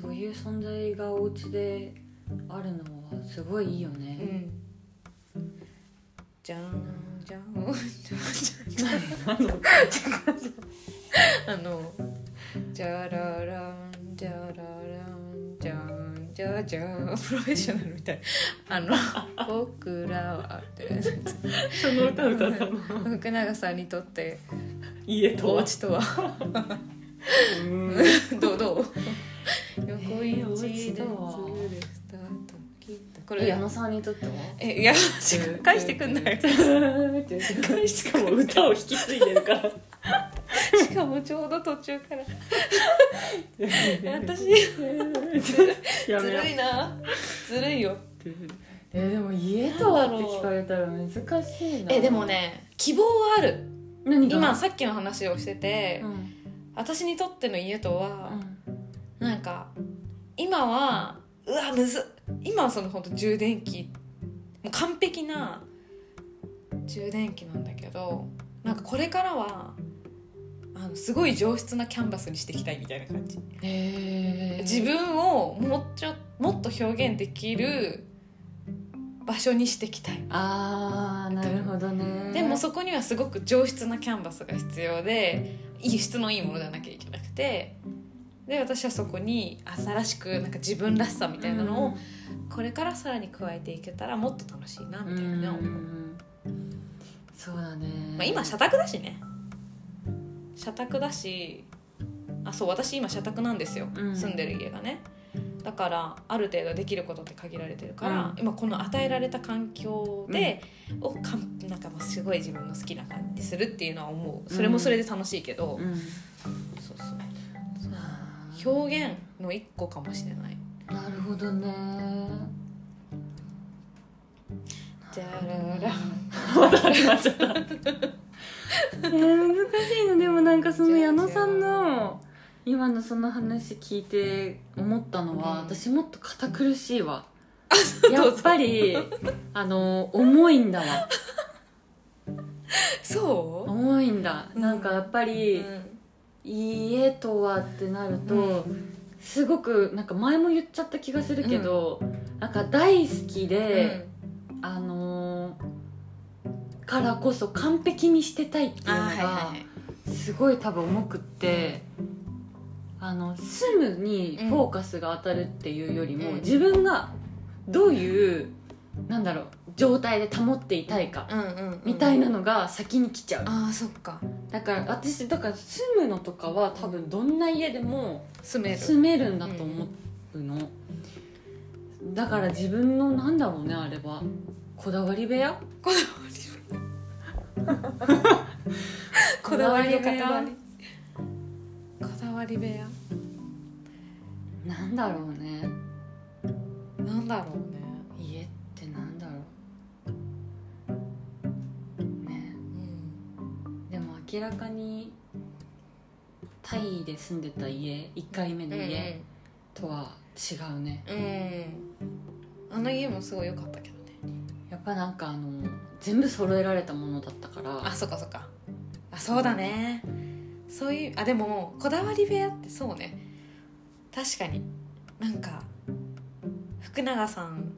Speaker 2: そういう存在がお家であるのはすごいいいよね
Speaker 1: うんうんじゃーんじゃーんじゃーん あの「じゃららんじゃららんじゃんじゃじゃん」プロフェッショナルみたいあの「僕らは」って
Speaker 2: その歌歌ったの
Speaker 1: 福永さんにとって
Speaker 2: 家
Speaker 1: お
Speaker 2: と
Speaker 1: 家と は
Speaker 2: うん
Speaker 1: どうどう
Speaker 2: 横
Speaker 1: 横
Speaker 2: 一
Speaker 1: 一
Speaker 2: 列
Speaker 1: 列でス
Speaker 2: でずれ
Speaker 1: タ
Speaker 2: ス
Speaker 1: ートこ
Speaker 2: え
Speaker 1: れ
Speaker 2: 矢野さんにとっては
Speaker 1: えいや違う返してくんない
Speaker 2: 返してしかも歌を引き継いでるから
Speaker 1: しかもちょうど途中から私
Speaker 2: や
Speaker 1: ず
Speaker 2: めよ
Speaker 1: るいなずるいよ
Speaker 2: えでも家とはって聞かれたら難しいな
Speaker 1: えでもね希望はある
Speaker 2: 何が
Speaker 1: 今さっきの話をしてて、
Speaker 2: うん
Speaker 1: 私にとっての家とは
Speaker 2: う、ん
Speaker 1: なんか今はうわむずっ今はその本当充電器もう完璧な充電器なんだけどなんかこれからはあのすごい上質なキャンバスにしていきたいみたいな感じ
Speaker 2: へえ
Speaker 1: 自分をもうちょもっと表現できる場所にしていきたい
Speaker 2: あーなるほどね
Speaker 1: でもそこにはすごく上質なキャンバスが必要でいい質のいいものじゃなきゃいけなくてで私はそこに新しくなんか自分らしさみたいなのをこれからさらに加えていけたらもっと楽しいな
Speaker 2: う
Speaker 1: み
Speaker 2: ん
Speaker 1: たいなのを、
Speaker 2: そうだね
Speaker 1: まあ、今社宅だしね社宅だしあそう私今社宅なんですよ、
Speaker 2: うん
Speaker 1: 住んでる家がねだからある程度できることって限られてるから、
Speaker 2: うん
Speaker 1: 今この与えられた環境で、をかんなんかもうすごい自分の好きな感じするっていうのは思うそれもそれで楽しいけど、
Speaker 2: うん
Speaker 1: そうそう
Speaker 2: あー
Speaker 1: 表現の一個かもしれない
Speaker 2: なるほどね。
Speaker 1: じゃらら
Speaker 2: また始まっちゃった。えー難しいのでもなんかその矢野さんの今のその話聞いて思ったのは、
Speaker 1: うん
Speaker 2: 私もっと堅苦しいわ。や
Speaker 1: どうぞ
Speaker 2: っぱりあの重いんだわ。
Speaker 1: そ
Speaker 2: 重いんだ。
Speaker 1: うん
Speaker 2: なんかやっぱ
Speaker 1: う、
Speaker 2: り、家とはってなると、
Speaker 1: うん
Speaker 2: すごくなんか前も言っちゃった気がするけど、なんか大好きで、あのーからこそ完璧にしてたいっていう
Speaker 1: あー
Speaker 2: のが。
Speaker 1: はいはいはい
Speaker 2: すごい多分重くってあの住むにフォーカスが当たるっていうよりも、
Speaker 1: うん
Speaker 2: 自分がどういうなんだろう状態で保っていたいか
Speaker 1: うんうんうん
Speaker 2: みたいなのが先に来ちゃう、
Speaker 1: ああそっか
Speaker 2: だから私だから住むのとかは多分どんな家でも
Speaker 1: 住める
Speaker 2: 住めるんだと思うの、だから自分のなんだろうねあれはこだわり部屋
Speaker 1: こだわりこだわりの塊こだわり部屋
Speaker 2: なんだろうね
Speaker 1: なんだろうね、
Speaker 2: 家ってなんだろうね
Speaker 1: うん、
Speaker 2: でも明らかにタイで住んでた家1回目の家とは違うね、
Speaker 1: うん、うん、あの家もすごい良かったけどね
Speaker 2: やっぱなんかあの全部揃えられたものだったから
Speaker 1: あそっかそっかあそうだねそういうあでもこだわり部屋ってそうね確かになんか福永さん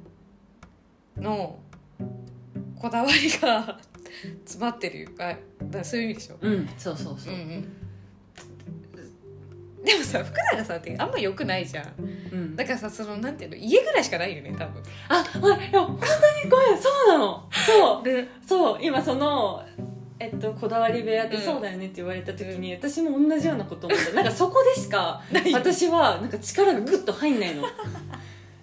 Speaker 1: のこだわりが 詰まってるあだからそういう意味でしょ
Speaker 2: うんそうそうそうう、
Speaker 1: んうんでもさ福永さんってあんま良くないじゃん
Speaker 2: うん
Speaker 1: だからさそのなんていうの家ぐらいしかないよね多分
Speaker 2: あおいいや本当にごめんそうなのそう
Speaker 1: で
Speaker 2: そう今そのえっと、こだわり部屋って
Speaker 1: うん
Speaker 2: そうだよねって言われた時に、私も同じようなこと思ったなんかそこでしか
Speaker 1: ない
Speaker 2: 私はなんか力がグッと入んな いの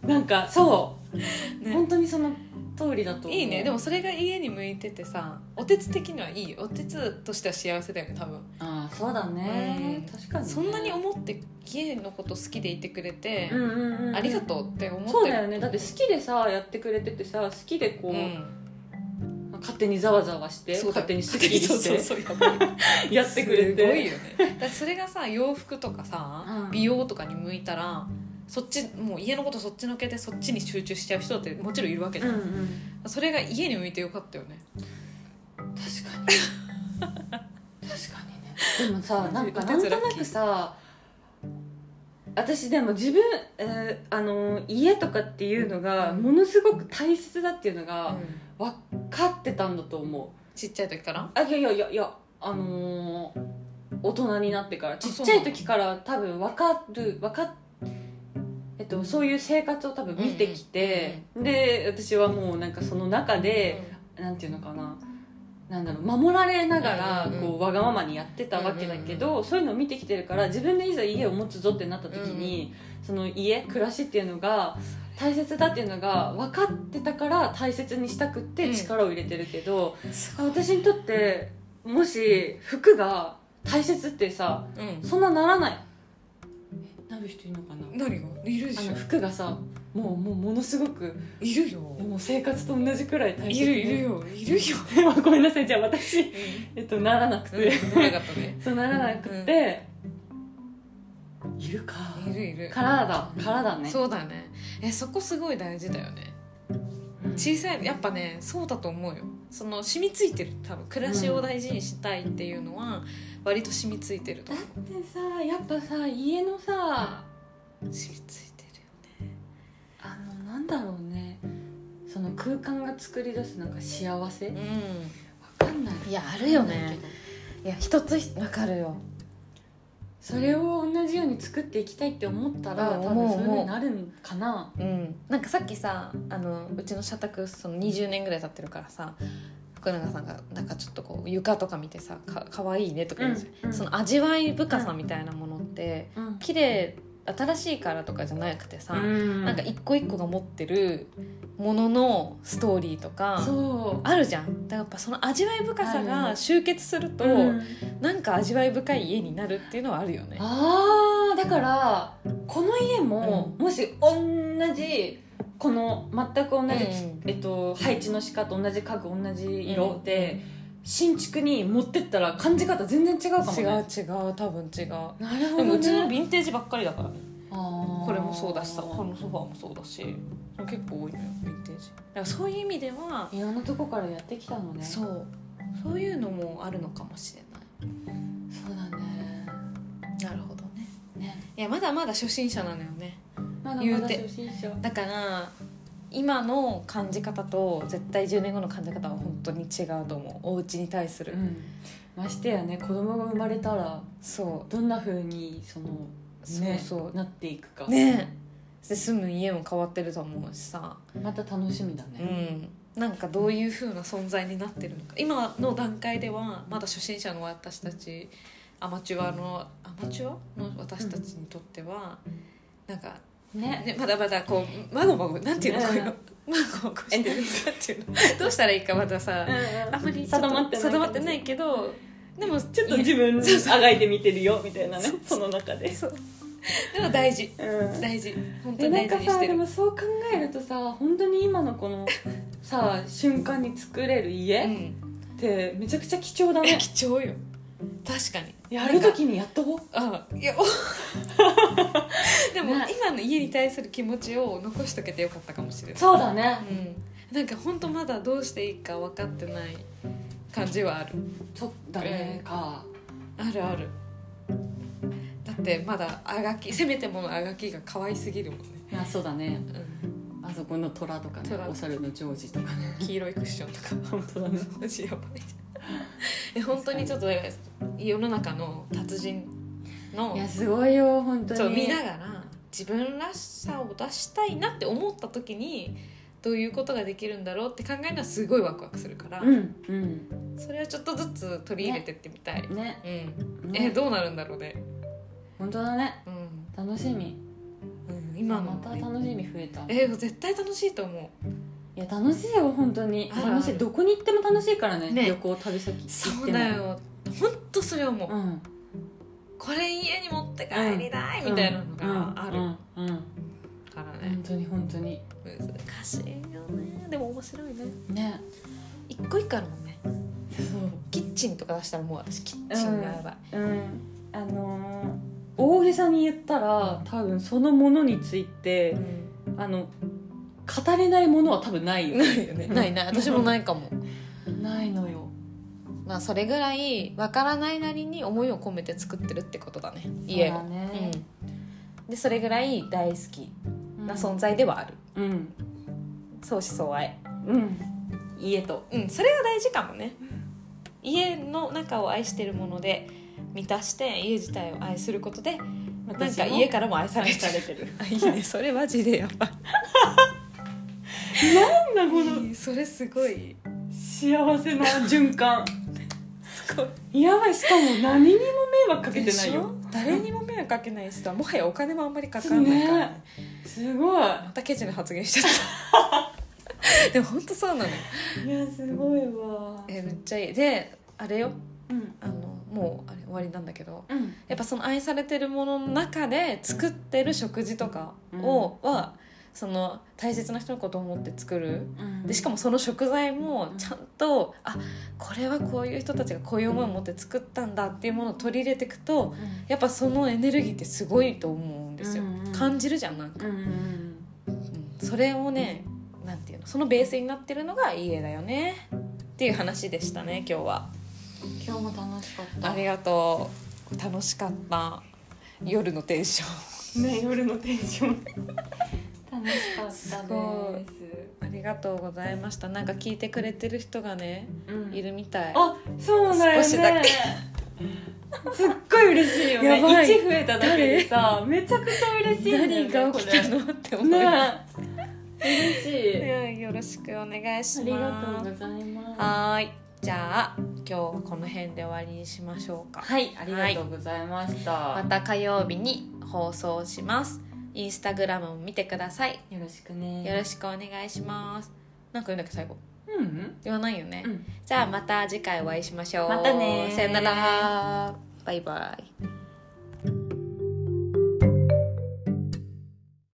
Speaker 2: なんかそう、
Speaker 1: ね
Speaker 2: 本当にその通りだと思う
Speaker 1: いいねでもそれが家に向いててさお手つ的にはいいよお手つとしては幸せだよね多分
Speaker 2: ああそうだね、
Speaker 1: うん
Speaker 2: 確かにね、
Speaker 1: そんなに思って家のこと好きでいてくれて、
Speaker 2: うんうんうんうん
Speaker 1: ありがとうって思って
Speaker 2: そうだよねだって好きでさやってくれててさ好きでこう、
Speaker 1: うん
Speaker 2: 勝手にざわざわして
Speaker 1: そうだよ
Speaker 2: 勝手に好き に
Speaker 1: そうそう
Speaker 2: して
Speaker 1: そうやばい
Speaker 2: やってくれて
Speaker 1: すごいよねだからそれがさ洋服とかさ、
Speaker 2: うん
Speaker 1: 美容とかに向いたらそっちもう家のことそっちのけてそっちに集中しちゃう人だってもちろんいるわけじ
Speaker 2: う
Speaker 1: ゃ、
Speaker 2: んうんん
Speaker 1: それが家に向いてよかったよね
Speaker 2: 確かに確かにねでもさなんかなんとなくさ私でも自分、えーあの家とかっていうのがものすごく大切だっていうの
Speaker 1: う
Speaker 2: が
Speaker 1: ん
Speaker 2: 分かってたんだと思う
Speaker 1: ちっちゃい時から
Speaker 2: あいやいやいやいやあのー大人になってからちっちゃい時から多分分かる分かっえっと、そういう生活を多分見てきて、で私はもうなんかその中で、なんていうのかななんだろう守られながら
Speaker 1: うんうんうん
Speaker 2: こうわがままにやってたわけだけど、そういうのを見てきてるから自分でいざ家を持つぞってなった時に、その家暮らしっていうのが大切だっていうのが分かってたから大切にしたくっ
Speaker 1: う
Speaker 2: て
Speaker 1: ん
Speaker 2: 力を入れてるけど、
Speaker 1: うんす
Speaker 2: 私にとってもし服が大切ってさ
Speaker 1: ごいうん
Speaker 2: そんなならないえなる人いるのかな
Speaker 1: 何がいるで
Speaker 2: あ
Speaker 1: しょ
Speaker 2: の服がさもうもうものすごく
Speaker 1: いるよ
Speaker 2: もう生活と同じくらい大
Speaker 1: い
Speaker 2: 切
Speaker 1: るいるよいるよ
Speaker 2: ごめんなさいじゃあ私 えっと、ならなくて、
Speaker 1: うんなかったね
Speaker 2: そうならなくて、いるか
Speaker 1: いるいる
Speaker 2: からだからだね
Speaker 1: そうだねえそこすごい大事だよね
Speaker 2: うん
Speaker 1: 小さいやっぱねそうだと思うよその染みついてる多分暮らしを大事にしたいっていうのは割と染みついてると
Speaker 2: だっ
Speaker 1: 思う
Speaker 2: てさやっぱさ家のさ
Speaker 1: 染みついてるよね
Speaker 2: あのなんだろうねその空間が作り出すなんか幸せわ
Speaker 1: う
Speaker 2: かんない
Speaker 1: いやあるよねんいや一つわかるよ
Speaker 2: それを同じように作っていきたいって思ったら
Speaker 1: うん
Speaker 2: 多分
Speaker 1: 思う
Speaker 2: そうい
Speaker 1: 思
Speaker 2: う風
Speaker 1: う
Speaker 2: になるんかな
Speaker 1: うん、なんかさっきさあのうちの社宅その20年ぐらい経ってるからさ福永さんがなんかちょっとこう床とか見てさかかわいいねとか言うじゃん、
Speaker 2: うんうん
Speaker 1: その味わい深さみたいなものって、
Speaker 2: うん
Speaker 1: 綺麗新しいからとかじゃなくてさ、なんか一個一個が持ってるもののストーリーとか
Speaker 2: そう
Speaker 1: あるじゃんだからやっぱその味わい深さ
Speaker 2: あ
Speaker 1: が
Speaker 2: る
Speaker 1: 集結すると、
Speaker 2: うん
Speaker 1: なんか味わい深い家になるっていうのはあるよね。
Speaker 2: あーだからこの家も、もし同じこの全く同じ、
Speaker 1: うん
Speaker 2: えっと、配置の仕方同じ家具同じ色で、新築に持ってったら感じ方全然違うかも
Speaker 1: 違
Speaker 2: ね
Speaker 1: う違う多分違う
Speaker 2: なる
Speaker 1: で
Speaker 2: ほど、
Speaker 1: も
Speaker 2: ね、
Speaker 1: うちのヴィンテージばっかりだからねこ
Speaker 2: こ
Speaker 1: れもそうだしさこのソファーもそうだし結構多いのよヴィンテージだからそういう意味では、
Speaker 2: いろんなとこからやってきたのねそう
Speaker 1: そうそういうのもあるのかもしれな
Speaker 2: だね
Speaker 1: いなるほどね
Speaker 2: ね
Speaker 1: いやまだまだ初心者なのよね
Speaker 2: まだま
Speaker 1: 言う
Speaker 2: だ
Speaker 1: て
Speaker 2: 初心者
Speaker 1: だから今の感じ方と絶対10年後の感じ方は本当に違うと思うお家に対する、
Speaker 2: うんましてやね子供が生まれたら
Speaker 1: そ
Speaker 2: どんな風にその
Speaker 1: そう
Speaker 2: ね
Speaker 1: そう
Speaker 2: なっていくか、
Speaker 1: うねえで住む家も変わってると思うしさ
Speaker 2: また楽しみだ
Speaker 1: う
Speaker 2: ね、
Speaker 1: んなんかどういう風な存在になってるのか今の段階ではまだ初心者の私たちアマチュアのアマチュアの私たちにとってはなんか、
Speaker 2: ね
Speaker 1: ね、まだまだこうまごまごなんていうのこういうの
Speaker 2: う
Speaker 1: まごまごしてるなんていうのどうしたらいいかまださ、あんまりちょっと
Speaker 2: 定まってない
Speaker 1: 定まってないけどでも
Speaker 2: ちょっと
Speaker 1: いい
Speaker 2: 自分あがいて見てるよみたいなね
Speaker 1: そう
Speaker 2: その中で、
Speaker 1: そうでも大事
Speaker 2: うん
Speaker 1: 大事本当
Speaker 2: で
Speaker 1: に
Speaker 2: な
Speaker 1: 大
Speaker 2: ん
Speaker 1: 事
Speaker 2: か
Speaker 1: にし
Speaker 2: さ
Speaker 1: て
Speaker 2: で
Speaker 1: る
Speaker 2: もそう考えるとさ本当に今のこのさ瞬間に作れる
Speaker 1: う
Speaker 2: 家っ
Speaker 1: ん
Speaker 2: てめちゃくちゃ貴重だ
Speaker 1: いや
Speaker 2: ね
Speaker 1: 貴重よ確かに
Speaker 2: やる時にやっとこう
Speaker 1: あいやお でも
Speaker 2: ね
Speaker 1: 今の家に対する気持ちを残しとけてよかったかもしれない
Speaker 2: そうだね
Speaker 1: うんなんか本当まだどうしていいか分かってない感じはある
Speaker 2: そうだねか
Speaker 1: あるあるだってまだあがきせめてものあがきが可愛すぎるもんね、
Speaker 2: いやそうだね
Speaker 1: うん、
Speaker 2: あそこの虎とかね
Speaker 1: 虎
Speaker 2: お猿のジョージとかね
Speaker 1: 黄色いクッションとか
Speaker 2: 本当だね
Speaker 1: マジやばいえ本当にちょっとだから世の中の達人の
Speaker 2: いやすごいよ本当
Speaker 1: ちょっと
Speaker 2: に
Speaker 1: 見ながら自分らしさを出したいなって思った時にどういうことができるんだろうって考えるのはすごいワクワクするから、
Speaker 2: うんうん
Speaker 1: それはちょっとずつ取り入れてってみたい、
Speaker 2: ね
Speaker 1: うん、
Speaker 2: ね
Speaker 1: えどうなるんだろうね、
Speaker 2: 本当だね
Speaker 1: うん
Speaker 2: 楽しみ
Speaker 1: うん、今の
Speaker 2: また楽しみ増えた
Speaker 1: え絶対楽しいと思
Speaker 2: いや楽しいよ本当に
Speaker 1: あるある
Speaker 2: 楽しいどこに行っても楽しいからね
Speaker 1: ね
Speaker 2: 旅行旅先行って
Speaker 1: う
Speaker 2: も
Speaker 1: そうだよ本当それはもう、
Speaker 2: うん
Speaker 1: これ家に持って帰りたいみたいなのがある
Speaker 2: うんうんうん
Speaker 1: からね
Speaker 2: 本、当に本当に
Speaker 1: 難しいよねでも面白いね
Speaker 2: ね
Speaker 1: 一個一個あるもんね
Speaker 2: そ
Speaker 1: キッチンとか出したらもう私キッチンがやばい、
Speaker 2: ううんあのー大げさに言ったら多分そのものについてあの語れないものは多分ないよ
Speaker 1: ないよねないない私もないかも
Speaker 2: ないのよ
Speaker 1: まあそれぐらいわからないなりに思いを込めて作ってるってことだね家
Speaker 2: そう
Speaker 1: を
Speaker 2: だね
Speaker 1: うん、でそれぐらい大好きな存在ではある、
Speaker 2: うん
Speaker 1: 相思相愛
Speaker 2: うん家と
Speaker 1: うんそれが大事かもね家の中を愛してるもので満たして家自体を愛することでなんか家
Speaker 2: か
Speaker 1: からも愛されて
Speaker 2: され
Speaker 1: る
Speaker 2: てる
Speaker 1: あいいねそれマジでやばい
Speaker 2: なんだこの
Speaker 1: いいそれすごい
Speaker 2: 幸せな循環
Speaker 1: すごい
Speaker 2: やばいしかも何にも迷惑かけて
Speaker 1: で
Speaker 2: ない
Speaker 1: し
Speaker 2: よ
Speaker 1: ょ誰にも迷惑かけないしさもはやお金もあんまりかかんないから、ね
Speaker 2: ねすごい
Speaker 1: またケチな発言しちゃった でも本当そうなの
Speaker 2: いやすごいわ
Speaker 1: えめっちゃいいであれよ
Speaker 2: うん
Speaker 1: あのもうあれ終わりなんだけど
Speaker 2: うん
Speaker 1: やっぱその愛されてるものの中で作ってる食事とかを、はその大切な人のことを思って作るでしか
Speaker 2: も
Speaker 1: もその食材もちゃんとあこれはこういう人たちがこういう思いを持って作ったんだっていうものを取り入れていくとやっぱそのエネルギーってすごいと思うんですよ、
Speaker 2: うんうん
Speaker 1: 感じるじゃんなんか、
Speaker 2: うんうん
Speaker 1: うんそれをねなんていうのそのベースになってるのが家だよねっていう話でしたね今日は
Speaker 2: 今日も楽しかった
Speaker 1: ありがとう楽しかった夜のテンション
Speaker 2: ね夜のテンション楽しかったです
Speaker 1: すごい ありがとうございましたなんか聞いてくれてる人がね
Speaker 2: うん
Speaker 1: いるみたい
Speaker 2: あそうだよね
Speaker 1: 少しだけ
Speaker 2: すっごい嬉しいよね
Speaker 1: やばい
Speaker 2: 1増えただけでさめちゃくちゃ嬉しいんだ
Speaker 1: 何
Speaker 2: よね
Speaker 1: が起 きた
Speaker 2: こ
Speaker 1: のって思
Speaker 2: れ
Speaker 1: います
Speaker 2: ね嬉しい
Speaker 1: はいよろしくお願いし
Speaker 2: ありが
Speaker 1: ま
Speaker 2: とう
Speaker 1: す。
Speaker 2: ございます
Speaker 1: はーい、じゃあ今日はこの辺で終わりにしましょうか。
Speaker 2: はい、ありがとうございました。
Speaker 1: また火曜日に放送します。インスタグラムも見てください。
Speaker 2: よろしくね。
Speaker 1: よろしくお願いします。なんか言うんだっけ最後。
Speaker 2: うん、
Speaker 1: 言わないよね。
Speaker 2: うん。
Speaker 1: じゃあまた次回お会いしましょう。
Speaker 2: またね
Speaker 1: さよなら。バイバイ。
Speaker 2: バイ